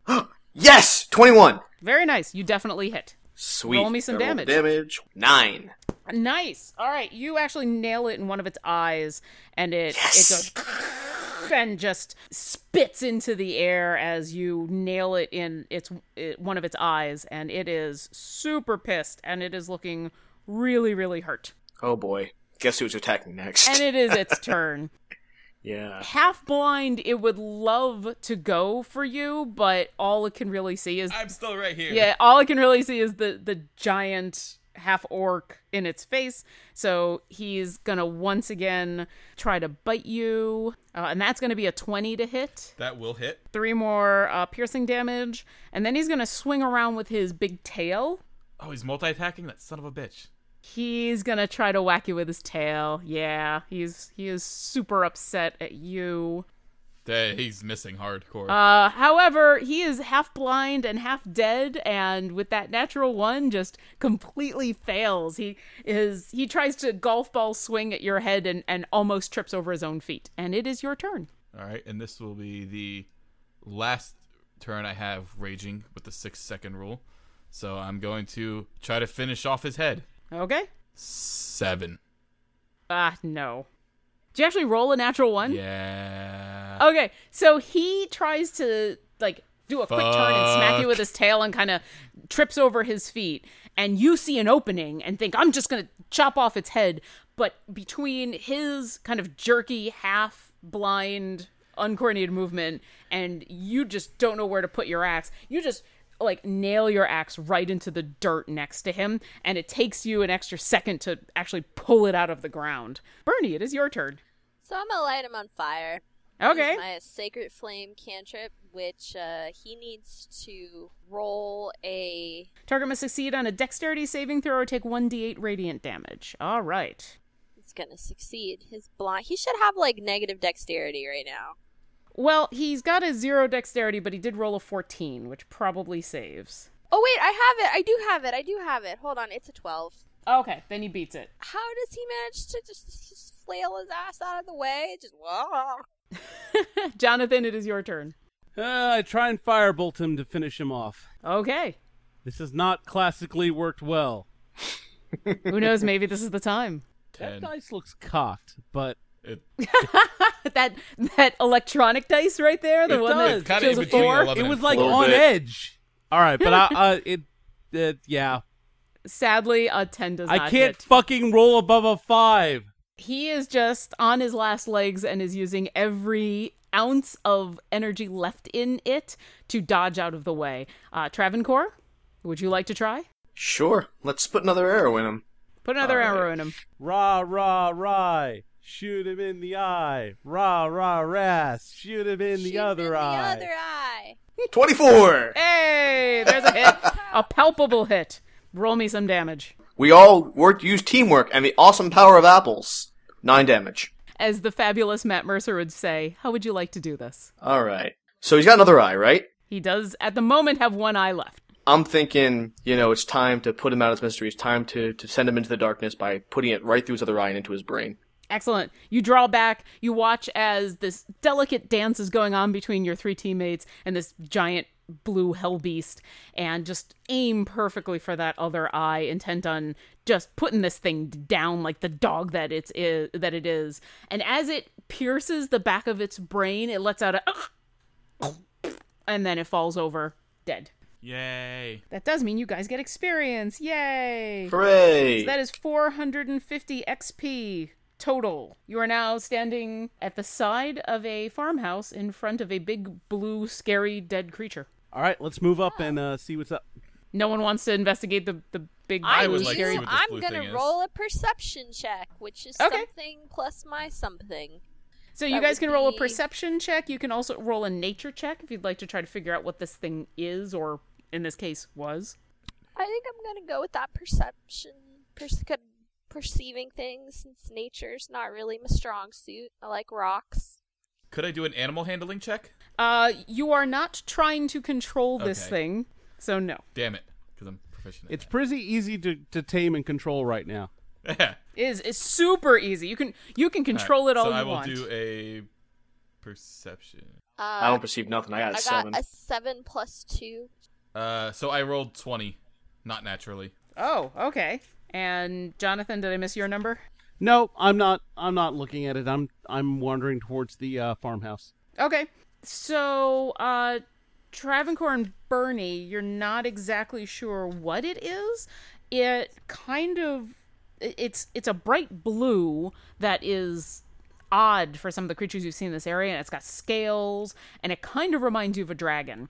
[SPEAKER 4] yes, twenty-one.
[SPEAKER 5] very nice. You definitely hit.
[SPEAKER 4] Sweet.
[SPEAKER 5] Roll me some
[SPEAKER 4] I rolled
[SPEAKER 5] damage.
[SPEAKER 4] Damage nine.
[SPEAKER 5] Nice. All right, you actually nail it in one of its eyes, and it it goes and just spits into the air as you nail it in its it, one of its eyes, and it is super pissed, and it is looking really really hurt,
[SPEAKER 4] Oh boy, guess who's attacking next?
[SPEAKER 5] and it is its turn.
[SPEAKER 4] yeah.
[SPEAKER 5] Half blind, it would love to go for you, but all it can really see is
[SPEAKER 3] I'm still right here.
[SPEAKER 5] yeah, all I can really see is the the giant half orc in its face. So he's gonna once again try to bite you, uh, and that's gonna be a twenty to hit.
[SPEAKER 3] That will hit.
[SPEAKER 5] Three more uh, piercing damage, and then he's gonna swing around with his big tail.
[SPEAKER 3] Oh, he's multi attacking? That son of a bitch.
[SPEAKER 5] He's gonna try to whack you with his tail. Yeah, he's he is super upset at you.
[SPEAKER 3] Dang, he's missing hardcore.
[SPEAKER 5] Uh, however, he is half blind and half dead, and with that natural one, just completely fails. He is he tries to golf ball swing at your head and, and almost trips over his own feet. And it is your turn.
[SPEAKER 3] All right, and this will be the last turn I have raging with the six second rule. So I'm going to try to finish off his head.
[SPEAKER 5] Okay.
[SPEAKER 3] Seven.
[SPEAKER 5] Ah, no. Did you actually roll a natural one?
[SPEAKER 3] Yeah.
[SPEAKER 5] Okay, so he tries to like do a quick turn and smack you
[SPEAKER 3] Fuck.
[SPEAKER 5] with his tail and kind of trips over his feet. And you see an opening and think, I'm just going to chop off its head. But between his kind of jerky, half blind, uncoordinated movement, and you just don't know where to put your axe, you just like nail your axe right into the dirt next to him. And it takes you an extra second to actually pull it out of the ground. Bernie, it is your turn.
[SPEAKER 2] So I'm gonna light him on fire.
[SPEAKER 5] Okay.
[SPEAKER 2] Use my sacred flame cantrip, which uh, he needs to roll a
[SPEAKER 5] Target must succeed on a dexterity saving throw or take 1d8 radiant damage. All right.
[SPEAKER 2] He's gonna succeed. His blind. He should have like negative dexterity right now.
[SPEAKER 5] Well, he's got a 0 dexterity, but he did roll a 14, which probably saves.
[SPEAKER 2] Oh wait, I have it. I do have it. I do have it. Hold on, it's a twelve.
[SPEAKER 5] Okay, then he beats it.
[SPEAKER 2] How does he manage to just, just flail his ass out of the way? Just wah.
[SPEAKER 5] Jonathan, it is your turn.
[SPEAKER 1] Uh, I try and firebolt him to finish him off.
[SPEAKER 5] Okay.
[SPEAKER 1] This has not classically worked well.
[SPEAKER 5] Who knows? Maybe this is the time.
[SPEAKER 1] That
[SPEAKER 3] Ten.
[SPEAKER 1] dice looks cocked, but
[SPEAKER 3] It,
[SPEAKER 5] that that electronic dice right there, the
[SPEAKER 1] It
[SPEAKER 5] one
[SPEAKER 1] does.
[SPEAKER 5] that
[SPEAKER 1] It's
[SPEAKER 3] kinda
[SPEAKER 5] shows
[SPEAKER 3] in
[SPEAKER 5] a
[SPEAKER 3] between
[SPEAKER 5] four.
[SPEAKER 3] 11
[SPEAKER 1] it
[SPEAKER 3] and
[SPEAKER 1] was like
[SPEAKER 4] Little
[SPEAKER 1] on
[SPEAKER 4] bit.
[SPEAKER 1] edge. All right, but I, uh, it, uh, yeah,
[SPEAKER 5] Sadly, a ten does not
[SPEAKER 1] I can't
[SPEAKER 5] hit.
[SPEAKER 1] fucking roll above a five.
[SPEAKER 5] He is just on his last legs and is using every ounce of energy left in it to dodge out of the way. Uh, Travancore, would you like to try?
[SPEAKER 4] Sure. Let's put another arrow in him.
[SPEAKER 5] Put another
[SPEAKER 4] All right.
[SPEAKER 5] arrow in him.
[SPEAKER 1] Rah rah rah. Shoot him in the eye. Rah, rah, ras. Shoot him in
[SPEAKER 2] Shoot
[SPEAKER 1] the other
[SPEAKER 2] in
[SPEAKER 1] eye.
[SPEAKER 2] The other eye.
[SPEAKER 4] 24!
[SPEAKER 5] Hey, there's a hit. a palpable hit. Roll me some damage.
[SPEAKER 4] We all worked, used teamwork and the awesome power of apples. Nine damage.
[SPEAKER 5] As the fabulous Matt Mercer would say, how would you like to do this?
[SPEAKER 4] All right. So he's got another eye, right?
[SPEAKER 5] He does, at the moment, have one eye left.
[SPEAKER 4] I'm thinking, you know, it's time to put him out of his mystery. It's time to, to send him into the darkness by putting it right through his other eye and into his brain.
[SPEAKER 5] Excellent. You draw back. You watch as this delicate dance is going on between your three teammates and this giant blue hell beast, and just aim perfectly for that other eye, intent on just putting this thing down like the dog that it's i that it is. And as it pierces the back of its brain, it lets out a, and then it falls over dead.
[SPEAKER 3] Yay.
[SPEAKER 5] That does mean you guys get experience. Yay!
[SPEAKER 4] Hooray!
[SPEAKER 5] That is 450 XP total. You are now standing at the side of a farmhouse in front of a big blue scary dead creature.
[SPEAKER 1] All right, let's move up and uh, see what's up.
[SPEAKER 5] No one wants to investigate the the big
[SPEAKER 3] I
[SPEAKER 5] blue
[SPEAKER 3] would like to
[SPEAKER 5] scary
[SPEAKER 3] see what this
[SPEAKER 2] I'm
[SPEAKER 3] blue
[SPEAKER 2] gonna
[SPEAKER 3] thing is.
[SPEAKER 2] roll a perception check, which is
[SPEAKER 5] Okay.
[SPEAKER 2] something plus my something.
[SPEAKER 5] So you
[SPEAKER 2] that
[SPEAKER 5] guys
[SPEAKER 2] would
[SPEAKER 5] can roll a
[SPEAKER 2] be-
[SPEAKER 5] perception check. You can also roll a nature check if you'd like to try to figure out what this thing is or in this case was.
[SPEAKER 2] I think I'm gonna go with that perception, perce- perceiving things, since nature's not really my strong suit. I like rocks.
[SPEAKER 3] Could I do an animal handling check?
[SPEAKER 5] Uh you are not trying to control this
[SPEAKER 3] Okay.
[SPEAKER 5] thing. So no.
[SPEAKER 3] Damn it, because I'm proficient.
[SPEAKER 1] It's pretty easy to, to tame and control right now.
[SPEAKER 3] yeah.
[SPEAKER 5] It is it's super easy. You can you can control it all
[SPEAKER 3] So
[SPEAKER 5] you
[SPEAKER 3] I will
[SPEAKER 5] want.
[SPEAKER 3] do a perception.
[SPEAKER 2] Uh,
[SPEAKER 4] I don't perceive nothing. I got a
[SPEAKER 2] I
[SPEAKER 4] seven.
[SPEAKER 2] got a seven plus two.
[SPEAKER 3] Uh, so I rolled twenty, not naturally.
[SPEAKER 5] Oh, okay. And Jonathan, did I miss your number?
[SPEAKER 1] No, I'm not. I'm not looking at it. I'm I'm wandering towards the uh, farmhouse.
[SPEAKER 5] Okay. So, uh, Travancore and Bernie, you're not exactly sure what it is. It kind of i- it's it's a bright blue that is odd for some of the creatures you've seen in this area, and it's got scales, and it kind of reminds you of a dragon,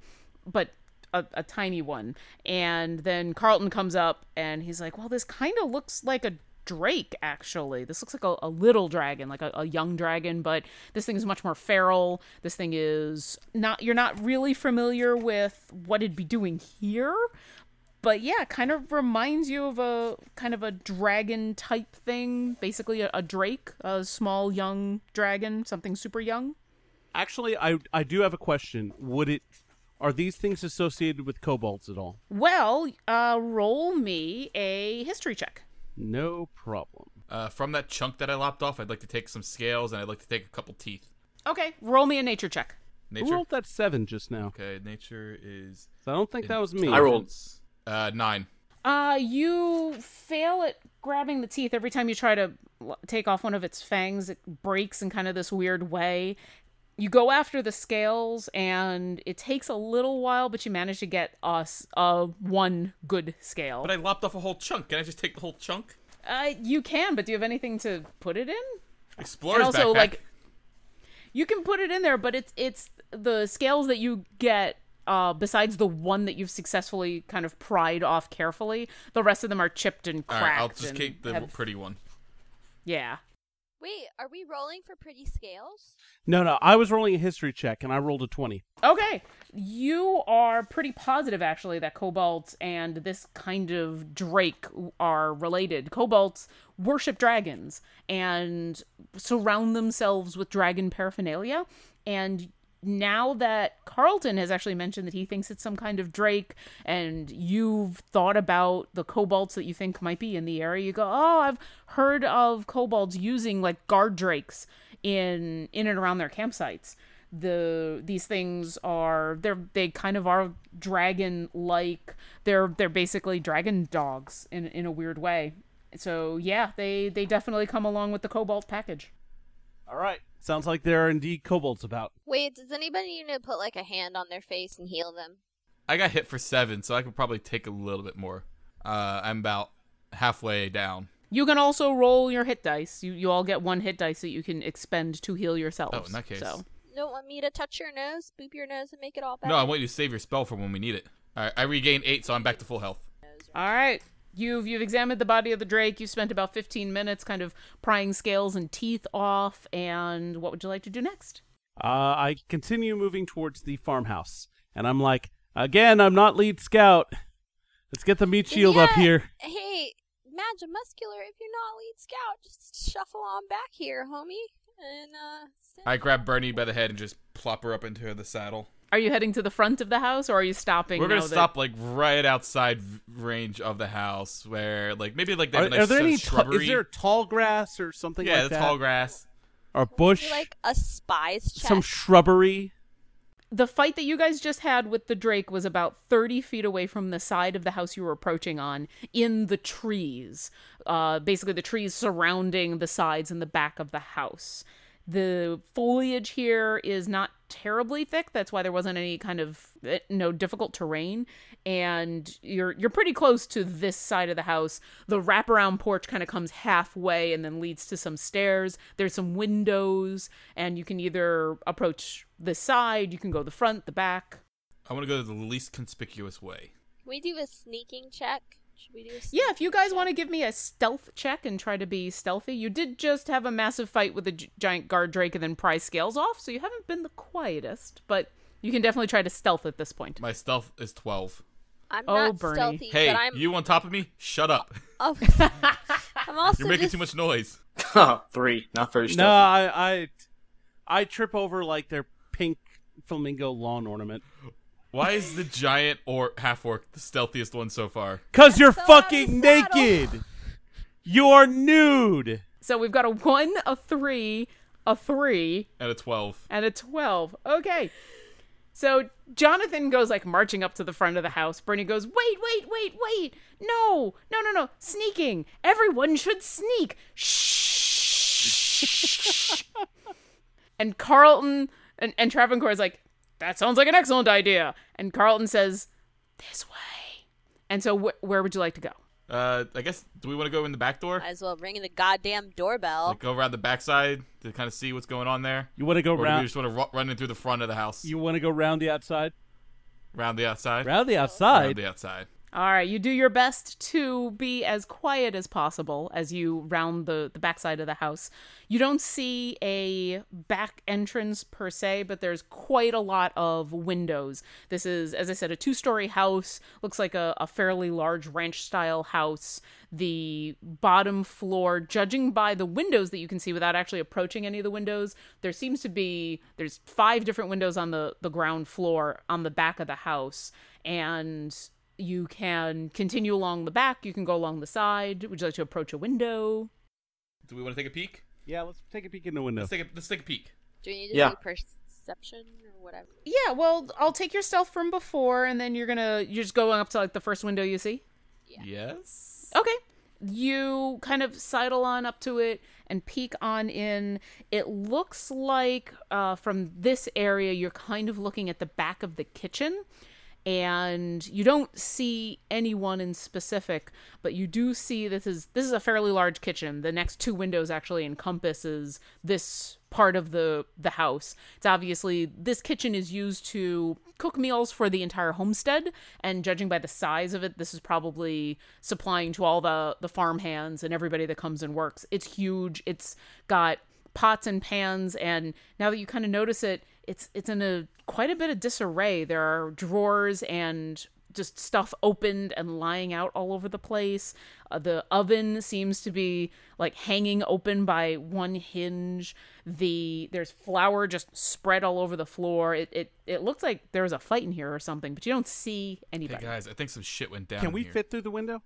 [SPEAKER 5] but a, a tiny one. And then Carlton comes up and he's like, "Well, this kind of looks like a drake, actually. This looks like a, a little dragon, like a, a young dragon, but this thing is much more feral. This thing is not. You're not really familiar with what it'd be doing here." But yeah, kind of reminds you of a kind of a dragon type thing, basically a, a drake, a small young dragon, something super young.
[SPEAKER 1] Actually, I I do have a question. Would it? Are these things associated with kobolds at all?
[SPEAKER 5] Well, uh, roll me a history check.
[SPEAKER 1] No problem.
[SPEAKER 3] Uh, from that chunk that I lopped off, I'd like to take some scales and I'd like to take a couple teeth.
[SPEAKER 5] Okay, roll me a nature check.
[SPEAKER 1] Who
[SPEAKER 3] Nature.
[SPEAKER 1] rolled that seven just now?
[SPEAKER 3] Okay, nature is.
[SPEAKER 1] So I don't think that was me.
[SPEAKER 4] I rolled-
[SPEAKER 3] intelligence. Uh, nine.
[SPEAKER 5] Uh, you fail at grabbing the teeth every time you try to l- take off one of its fangs. It breaks in kind of this weird way. You go after the scales, and it takes a little while, but you manage to get us uh, one good scale.
[SPEAKER 3] But I lopped off a whole chunk. Can I just take the whole chunk?
[SPEAKER 5] uh, you can, but do you have anything to put it in?
[SPEAKER 3] Explorer's
[SPEAKER 5] And also,
[SPEAKER 3] backpack.
[SPEAKER 5] like, you can put it in there but it's it's the scales that you get uh, besides the one that you've successfully kind of pried off carefully the rest of them are chipped and
[SPEAKER 3] All
[SPEAKER 5] cracked
[SPEAKER 3] right, I'll just
[SPEAKER 5] and
[SPEAKER 3] keep the
[SPEAKER 5] have-
[SPEAKER 3] pretty one.
[SPEAKER 5] yeah
[SPEAKER 2] Wait, are we rolling for pretty scales?
[SPEAKER 1] No, no. I was rolling a history check and I rolled a twenty.
[SPEAKER 5] okay you are pretty positive actually that kobolds and this kind of drake are related kobolds worship dragons and surround themselves with dragon paraphernalia and now that Carlton has actually mentioned that he thinks it's some kind of Drake, and you've thought about the kobolds that you think might be in the area, you go, "Oh, I've heard of kobolds using like guard drakes in in and around their campsites." The these things are they're they kind of are dragon like. They're they're basically dragon dogs in in a weird way. So yeah, they they definitely come along with the kobold package.
[SPEAKER 1] All right. Sounds like there are indeed kobolds about.
[SPEAKER 2] Wait, does anybody need to put like a hand on their face and heal them?
[SPEAKER 3] I got hit for seven, so I could probably take a little bit more. Uh, I'm about halfway down.
[SPEAKER 5] You can also roll your hit dice. You you all get one hit dice that you can expend to heal yourselves.
[SPEAKER 3] Oh, in that case.
[SPEAKER 5] So
[SPEAKER 2] Don't want me to touch your nose, boop your nose, and make it all better.
[SPEAKER 3] No, I want you to save your spell for when we need it. All right, I regained eight, so I'm back to full health.
[SPEAKER 5] all right. You've you've examined the body of the drake. You spent about 15 minutes kind of prying scales and teeth off. And what would you like to do next?
[SPEAKER 1] Uh, I continue moving towards the farmhouse, and I'm like, again, I'm not lead scout. Let's get the meat shield up
[SPEAKER 2] Yeah.
[SPEAKER 1] here.
[SPEAKER 2] Hey, Magimuscular, if you're not lead scout, just shuffle on back here, homie. And uh send-
[SPEAKER 3] I grab Bernie by the head and just plop her up into the saddle.
[SPEAKER 5] Are you heading to the front of the house, or are you stopping?
[SPEAKER 3] We're gonna
[SPEAKER 5] now that-
[SPEAKER 3] stop like right outside v- range of the house, where like maybe like they
[SPEAKER 1] Are,
[SPEAKER 3] have a nice
[SPEAKER 1] are there
[SPEAKER 3] set of
[SPEAKER 1] any? t-
[SPEAKER 3] shrubbery.
[SPEAKER 1] is there tall grass or something
[SPEAKER 3] yeah,
[SPEAKER 1] like
[SPEAKER 3] the
[SPEAKER 1] that?
[SPEAKER 3] tall grass.
[SPEAKER 1] or
[SPEAKER 2] be
[SPEAKER 1] bush?
[SPEAKER 2] like a spy's chest.
[SPEAKER 1] some shrubbery.
[SPEAKER 5] the fight that you guys just had with the drake was about 30 feet away from the side of the house you were approaching on in the trees uh, basically the trees surrounding the sides and the back of the house the foliage here is not terribly thick that's why there wasn't any kind of eh, no difficult terrain and you're you're pretty close to this side of the house the wraparound porch kind of comes halfway and then leads to some stairs there's some windows and you can either approach the side you can go the front the back
[SPEAKER 3] I want to go the least conspicuous way.
[SPEAKER 2] Can we do a sneaking check? Should we do a
[SPEAKER 5] yeah if you guys
[SPEAKER 2] sneaking
[SPEAKER 5] want to give me a stealth check and try to be stealthy you did just have a massive fight with a gi- giant guard drake and then pry scales off so you haven't been the quietest but you can definitely try to stealth at this point
[SPEAKER 3] My stealth is twelve.
[SPEAKER 2] check? I'm
[SPEAKER 5] Oh,
[SPEAKER 2] not
[SPEAKER 5] Bernie.
[SPEAKER 2] stealthy,
[SPEAKER 3] Hey,
[SPEAKER 2] but I'm
[SPEAKER 3] you on top of me? Shut up!
[SPEAKER 2] oh, I'm also
[SPEAKER 3] You're making
[SPEAKER 2] just-
[SPEAKER 3] too much noise.
[SPEAKER 4] Oh, Three, not very
[SPEAKER 1] No,
[SPEAKER 4] stealthy.
[SPEAKER 1] I, I, I trip over like their pink flamingo lawn ornament.
[SPEAKER 3] Why is the giant or half orc the stealthiest one so far?
[SPEAKER 1] Cause you're
[SPEAKER 2] fell out of the
[SPEAKER 1] fucking
[SPEAKER 2] saddle.
[SPEAKER 1] naked. You're nude.
[SPEAKER 5] so we've got a one a three a three
[SPEAKER 3] At a twelve.
[SPEAKER 5] and a 12 okay so jonathan goes like marching up to the front of the house bernie goes wait wait wait wait no no no no sneaking everyone should sneak shh and carlton and, and travancore is like that sounds like an excellent idea and carlton says this way and so wh- where would you like to go
[SPEAKER 3] Uh, I guess do we want to go in the back door?
[SPEAKER 2] Might as well ring the goddamn doorbell.
[SPEAKER 3] Like go around the backside to kind of see what's going on there.
[SPEAKER 1] You want to go
[SPEAKER 3] Or do we
[SPEAKER 1] round?
[SPEAKER 3] just want to ru- run in through the front of the house,
[SPEAKER 1] You want to go round the outside?
[SPEAKER 3] round the outside,
[SPEAKER 1] Round the
[SPEAKER 3] round
[SPEAKER 1] outside.
[SPEAKER 3] the outside.
[SPEAKER 5] All right, you do your best to be as quiet as possible as you round the the backside of the house. You don't see a back entrance per se, but there's quite a lot of windows. This is, as I said, a two story house. Looks like a, a fairly large ranch style house. The bottom floor, judging by the windows that you can see without actually approaching any of the windows, there seems to be there's five different windows on the the ground floor on the back of the house and you can continue along the back. You can go along the side. Would you like to approach a window?
[SPEAKER 3] Do we want to take a peek?
[SPEAKER 1] Yeah, let's take a peek in the window.
[SPEAKER 3] Let's take a let's take a peek.
[SPEAKER 2] Do we need to
[SPEAKER 4] Yeah.
[SPEAKER 2] do perception or whatever?
[SPEAKER 5] Yeah, well, I'll take your stealth from before, and then you're gonna you're just going up to like the first window you see.
[SPEAKER 2] Yeah.
[SPEAKER 3] Yes.
[SPEAKER 5] Okay. You kind of sidle on up to it and peek on in. It looks like uh, from this area, you're kind of looking at the back of the kitchen. And you don't see anyone in specific, but you do see this is this is a fairly large kitchen. The next two windows actually encompasses this part of the the house. It's obviously this kitchen is used to cook meals for the entire homestead and judging by the size of it this is probably supplying to all the the farm hands and everybody that comes and works. It's huge. It's got pots and pans and now that you kind of notice it it's it's in a quite a bit of disarray. There are drawers and just stuff opened and lying out all over the place. Uh, the oven seems to be like hanging open by one hinge. The there's flour just spread all over the floor. It it it looks like there was a fight in here or something, but you don't see
[SPEAKER 3] Hey
[SPEAKER 5] anybody.
[SPEAKER 3] guys, I think some shit went down.
[SPEAKER 1] Can we
[SPEAKER 3] here.
[SPEAKER 1] fit through the window?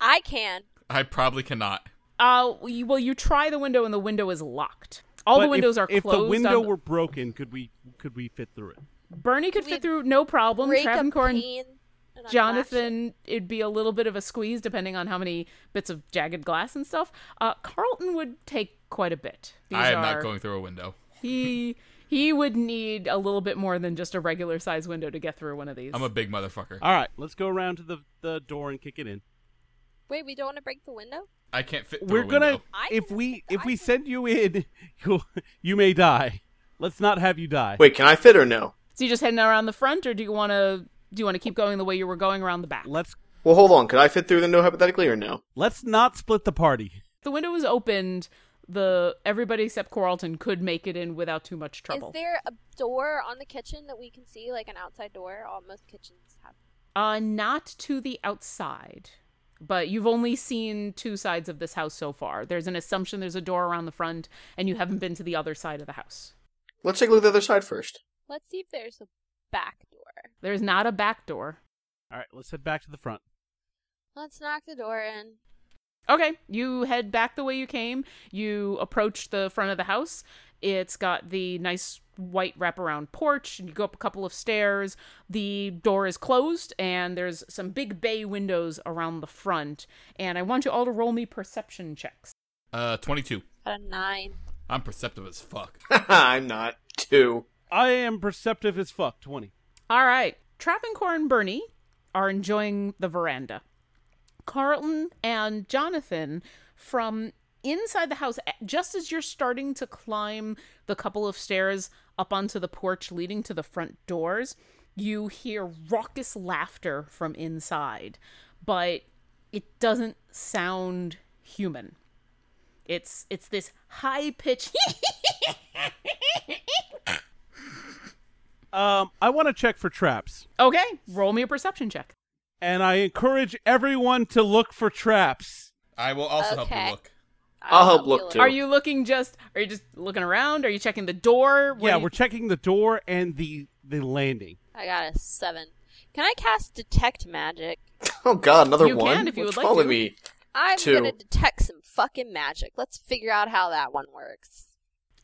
[SPEAKER 2] I can.
[SPEAKER 3] I probably cannot.
[SPEAKER 5] uh, you- well, you try the window and the window is locked. All
[SPEAKER 1] But
[SPEAKER 5] the windows
[SPEAKER 1] if,
[SPEAKER 5] are
[SPEAKER 1] If
[SPEAKER 5] closed.
[SPEAKER 1] the window
[SPEAKER 5] on-
[SPEAKER 1] were broken, could we could we fit through it?
[SPEAKER 5] Bernie could
[SPEAKER 2] We'd
[SPEAKER 5] fit through no problem.
[SPEAKER 2] Break a
[SPEAKER 5] Travancore and
[SPEAKER 2] pane and unlatch it.
[SPEAKER 5] Jonathan, it'd be a little bit of a squeeze depending on how many bits of jagged glass and stuff. Uh, Carlton would take quite a bit. These
[SPEAKER 3] I am
[SPEAKER 5] are-
[SPEAKER 3] not going through a window.
[SPEAKER 5] He he would need a little bit more than just a regular size window to get through one of these.
[SPEAKER 3] I'm a big motherfucker.
[SPEAKER 1] All right, let's go around to the the door and kick it in.
[SPEAKER 2] Wait, we don't want to break the window?
[SPEAKER 3] I can't fit. Through
[SPEAKER 1] We're
[SPEAKER 3] a
[SPEAKER 1] gonna
[SPEAKER 3] window.
[SPEAKER 2] I
[SPEAKER 1] if
[SPEAKER 2] can-
[SPEAKER 1] we if
[SPEAKER 2] I
[SPEAKER 1] we
[SPEAKER 2] can-
[SPEAKER 1] send you in, you you may die. Let's not have you die.
[SPEAKER 4] Wait, can I fit or no?
[SPEAKER 5] so you just heading around the front, or do you want to do you want to keep going the way you were going around the back?
[SPEAKER 1] Let's
[SPEAKER 4] Well, hold on. Could I fit through the window hypothetically or no?
[SPEAKER 1] Let's not split the party.
[SPEAKER 5] The window was opened. The everybody except Quarlton could make it in without too much trouble.
[SPEAKER 2] Is there a door on the kitchen that we can see, like an outside door? All most kitchens have.
[SPEAKER 5] Uh, not to the outside, but you've only seen two sides of this house so far. There's an assumption there's a door around the front, and you haven't been to the other side of the house.
[SPEAKER 4] Let's take a look at the other side first.
[SPEAKER 2] Let's see if there's a back door.
[SPEAKER 5] There's not a back door.
[SPEAKER 1] All right, let's head back to the front.
[SPEAKER 2] Let's knock the door in.
[SPEAKER 5] Okay, you head back the way you came. You approach the front of the house. It's got the nice white wraparound porch, and you go up a couple of stairs. The door is closed, and there's some big bay windows around the front. And I want you all to roll me perception checks.
[SPEAKER 3] Uh, 22.
[SPEAKER 2] Got a nine.
[SPEAKER 3] I'm perceptive as fuck.
[SPEAKER 4] I'm not. Two.
[SPEAKER 1] I am perceptive as fuck. Twenty.
[SPEAKER 5] All right, Travancore and Bernie are enjoying the veranda. Carlton and Jonathan from inside the house a- just as you're starting to climb the couple of stairs up onto the porch leading to the front doors you hear raucous laughter from inside but it doesn't sound human it's it's this high pitched
[SPEAKER 1] Um, I want to check for traps,
[SPEAKER 5] okay roll me a perception check
[SPEAKER 1] and I encourage everyone to look for traps.
[SPEAKER 3] I will also help
[SPEAKER 2] Okay.
[SPEAKER 3] you look.
[SPEAKER 4] I'll help look, too.
[SPEAKER 5] are you looking just are you just looking around are you checking the door What
[SPEAKER 1] yeah,
[SPEAKER 5] are you-
[SPEAKER 1] we're checking the door and the the landing.
[SPEAKER 2] I got a seven. Can I cast detect magic?
[SPEAKER 4] Oh God, another
[SPEAKER 5] You
[SPEAKER 4] one.
[SPEAKER 5] can if you
[SPEAKER 4] What's
[SPEAKER 5] would like
[SPEAKER 4] wrong with
[SPEAKER 5] to.
[SPEAKER 4] me?
[SPEAKER 2] I'm
[SPEAKER 4] Two.
[SPEAKER 2] gonna detect some fucking magic. Let's figure out how that one works.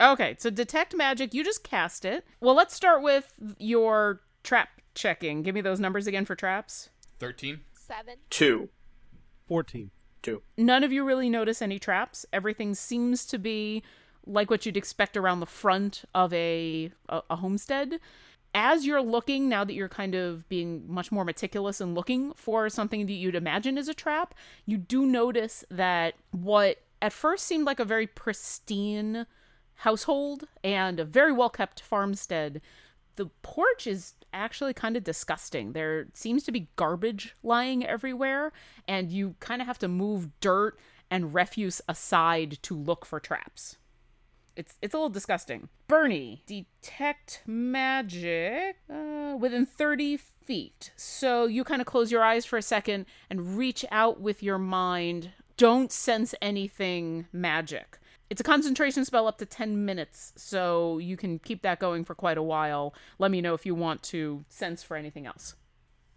[SPEAKER 5] Okay, so detect magic, you just cast it. Well, let's start with your trap checking. Give me those numbers again for traps.
[SPEAKER 3] 13?
[SPEAKER 2] Seven.
[SPEAKER 4] Two.
[SPEAKER 1] Fourteen.
[SPEAKER 4] Two.
[SPEAKER 5] None of you really notice any traps. Everything seems to be like what you'd expect around the front of a a, a homestead. As you're looking, now that you're kind of being much more meticulous and looking for something that you'd imagine is a trap, you do notice that what at first seemed like a very pristine household and a very well kept farmstead. The porch is actually kind of disgusting. There seems to be garbage lying everywhere, and you kind of have to move dirt and refuse aside to look for traps. It's it's a little disgusting. Bernie, detect magic uh, within 30 feet. So you kind of close your eyes for a second and reach out with your mind. Don't sense anything magic. It's a concentration spell up to 10 minutes, so you can keep that going for quite a while. Let me know if you want to sense for anything else.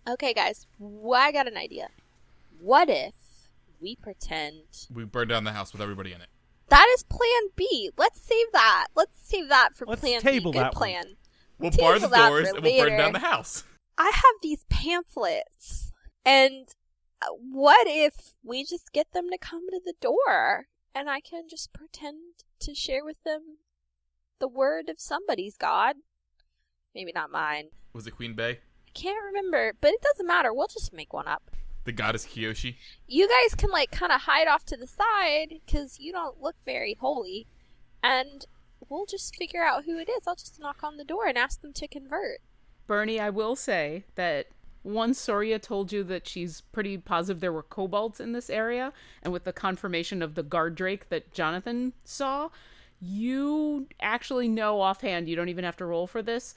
[SPEAKER 2] Okay, guys. Well, I got an idea. What if we pretend
[SPEAKER 3] We burned down the house with everybody in it.
[SPEAKER 2] that is Plan B? Let's save that. Let's save that for
[SPEAKER 1] Let's
[SPEAKER 2] Plan
[SPEAKER 1] table
[SPEAKER 2] B. Good
[SPEAKER 1] that one.
[SPEAKER 2] plan.
[SPEAKER 3] We'll
[SPEAKER 2] Table
[SPEAKER 3] bar the
[SPEAKER 2] that
[SPEAKER 3] doors
[SPEAKER 2] for
[SPEAKER 3] and we'll burn
[SPEAKER 2] later.
[SPEAKER 3] down the house.
[SPEAKER 2] I have these pamphlets, and uh, what if we just get them to come to the door, and I can just pretend to share with them the word of somebody's god? Maybe not mine.
[SPEAKER 3] Was it Queen Bay?
[SPEAKER 2] I can't remember, but it doesn't matter. We'll just make one up.
[SPEAKER 3] The goddess Kiyoshi?
[SPEAKER 2] You guys can like kind of hide off to the side because you don't look very holy, and we'll just figure out who it is. I'll just knock on the door and ask them to convert.
[SPEAKER 5] Bernie, I will say that once Soria told you that she's pretty positive there were kobolds in this area, and with the confirmation of the guard drake that Jonathan saw, you actually know offhand, you don't even have to roll for this.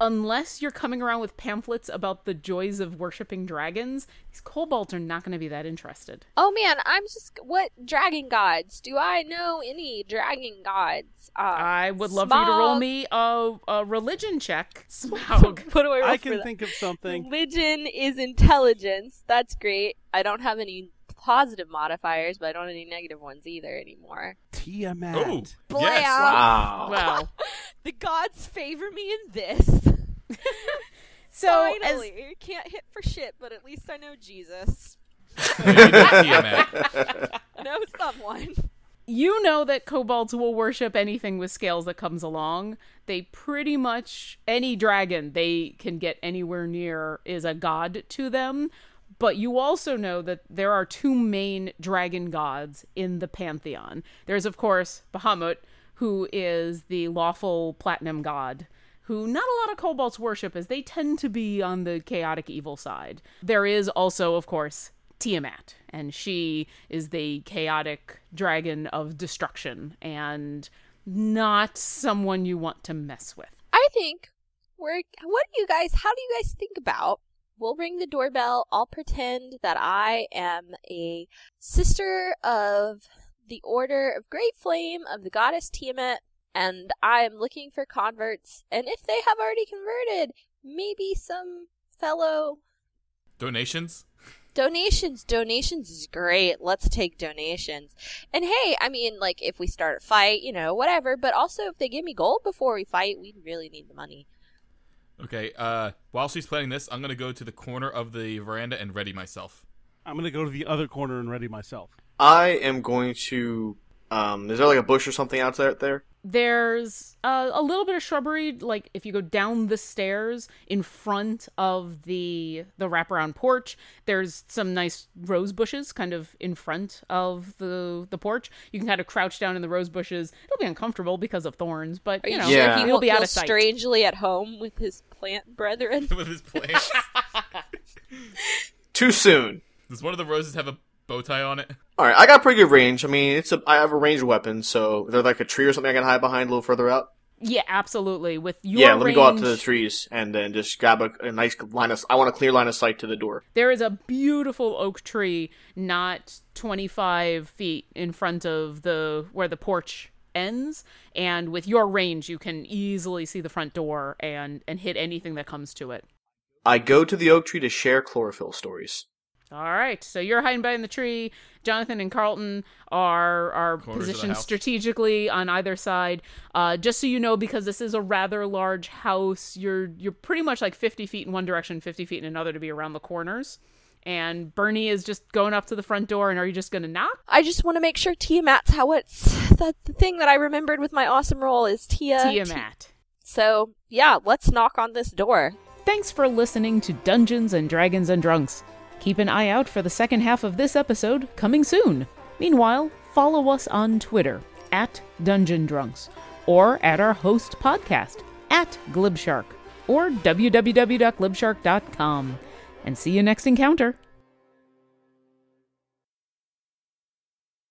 [SPEAKER 5] Unless you're coming around with pamphlets about the joys of worshipping dragons, these kobolds are not going to be that interested.
[SPEAKER 2] Oh man, I'm just what dragon gods? Do I know any dragon gods? Uh,
[SPEAKER 5] I would love for you to roll
[SPEAKER 2] Smaug.
[SPEAKER 5] me a, a religion check. Smaug.
[SPEAKER 2] What do I roll
[SPEAKER 1] I
[SPEAKER 2] for
[SPEAKER 1] can
[SPEAKER 2] that?
[SPEAKER 1] think of something.
[SPEAKER 2] Religion is intelligence. That's great. I don't have any positive modifiers, but I don't have any negative ones either anymore.
[SPEAKER 1] Tiamat.
[SPEAKER 3] Oh,
[SPEAKER 2] Blam.
[SPEAKER 3] yes.
[SPEAKER 4] Wow.
[SPEAKER 5] Wow.
[SPEAKER 6] The gods favor me in this.
[SPEAKER 5] So, as,
[SPEAKER 6] Finally, can't hit for shit, but at least I know Jesus.
[SPEAKER 3] Yeah, you did see him, Matt.
[SPEAKER 6] Know someone.
[SPEAKER 5] you know that kobolds will worship anything with scales that comes along. They pretty much any dragon they can get anywhere near is a god to them. But you also know that there are two main dragon gods in the pantheon. There's of course Bahamut, who is the lawful platinum god, who not a lot of kobolds worship as they tend to be on the chaotic evil side. There is also, of course, Tiamat, and she is the chaotic dragon of destruction and not someone you want to mess with.
[SPEAKER 2] I think we're. What do you guys? How do you guys think about? We'll ring the doorbell. I'll pretend that I am a sister of the Order of Great Flame of the goddess Tiamat, and I am looking for converts. And if they have already converted, maybe some fellow
[SPEAKER 3] Donations?
[SPEAKER 2] Donations, donations is great. Let's take donations. And hey, I mean, like, if we start a fight, you know, whatever, but also if they give me gold before we fight, we really need the money.
[SPEAKER 3] Okay, uh, while she's planning this, I'm going to go to the corner of the veranda and ready myself.
[SPEAKER 1] I'm gonna go to the other corner and ready myself.
[SPEAKER 4] I am going to. Um, is there like a bush or something out there? There.
[SPEAKER 5] There's uh, a little bit of shrubbery, like if you go down the stairs in front of the the wraparound porch. There's some nice rose bushes, kind of in front of the the porch. You can kind of crouch down in the rose bushes. It'll be uncomfortable because of thorns, but you know
[SPEAKER 4] sure Yeah.
[SPEAKER 2] he
[SPEAKER 5] it'll
[SPEAKER 2] won't
[SPEAKER 5] be out
[SPEAKER 2] feel
[SPEAKER 5] of sight.
[SPEAKER 2] strangely at home with his plant brethren.
[SPEAKER 3] With his plants.
[SPEAKER 4] Too soon.
[SPEAKER 3] Does one of the roses have a bow tie on it?
[SPEAKER 4] All right, I got pretty good range. I mean, it's a. I have a ranged weapon, so is there like a tree or something I can hide behind a little further out?
[SPEAKER 5] Yeah, absolutely. With your
[SPEAKER 4] yeah, let me go out to the
[SPEAKER 5] range-
[SPEAKER 4] trees and then just grab a, a nice line of. I want a clear line of sight to the door.
[SPEAKER 5] There is a beautiful oak tree not 25 feet in front of the where the porch ends and with your range you can easily see the front door and and hit anything that comes to it.
[SPEAKER 4] I go to the oak tree to share chlorophyll stories.
[SPEAKER 5] All right. So you're hiding behind the tree. Jonathan and Carlton are are
[SPEAKER 3] Corners of the
[SPEAKER 5] positioned
[SPEAKER 3] house.
[SPEAKER 5] strategically on either side. Uh, just so you know, because this is a rather large house, you're you're pretty much like 50 feet in one direction, 50 feet in another to be around the corners. And Bernie is just going up to the front door. And are you just going to knock?
[SPEAKER 2] I just want to make sure Tiamat's how it's. That the thing that I remembered with my awesome roll is Tia.
[SPEAKER 5] Tiamat.
[SPEAKER 2] So, yeah, let's knock on this door.
[SPEAKER 5] Thanks for listening to Dungeons and Dragons and Drunks. Keep an eye out for the second half of this episode coming soon. Meanwhile, follow us on Twitter at Dungeon Drunks or at our host podcast at Glibshark or www.glibshark.com. And see you next encounter.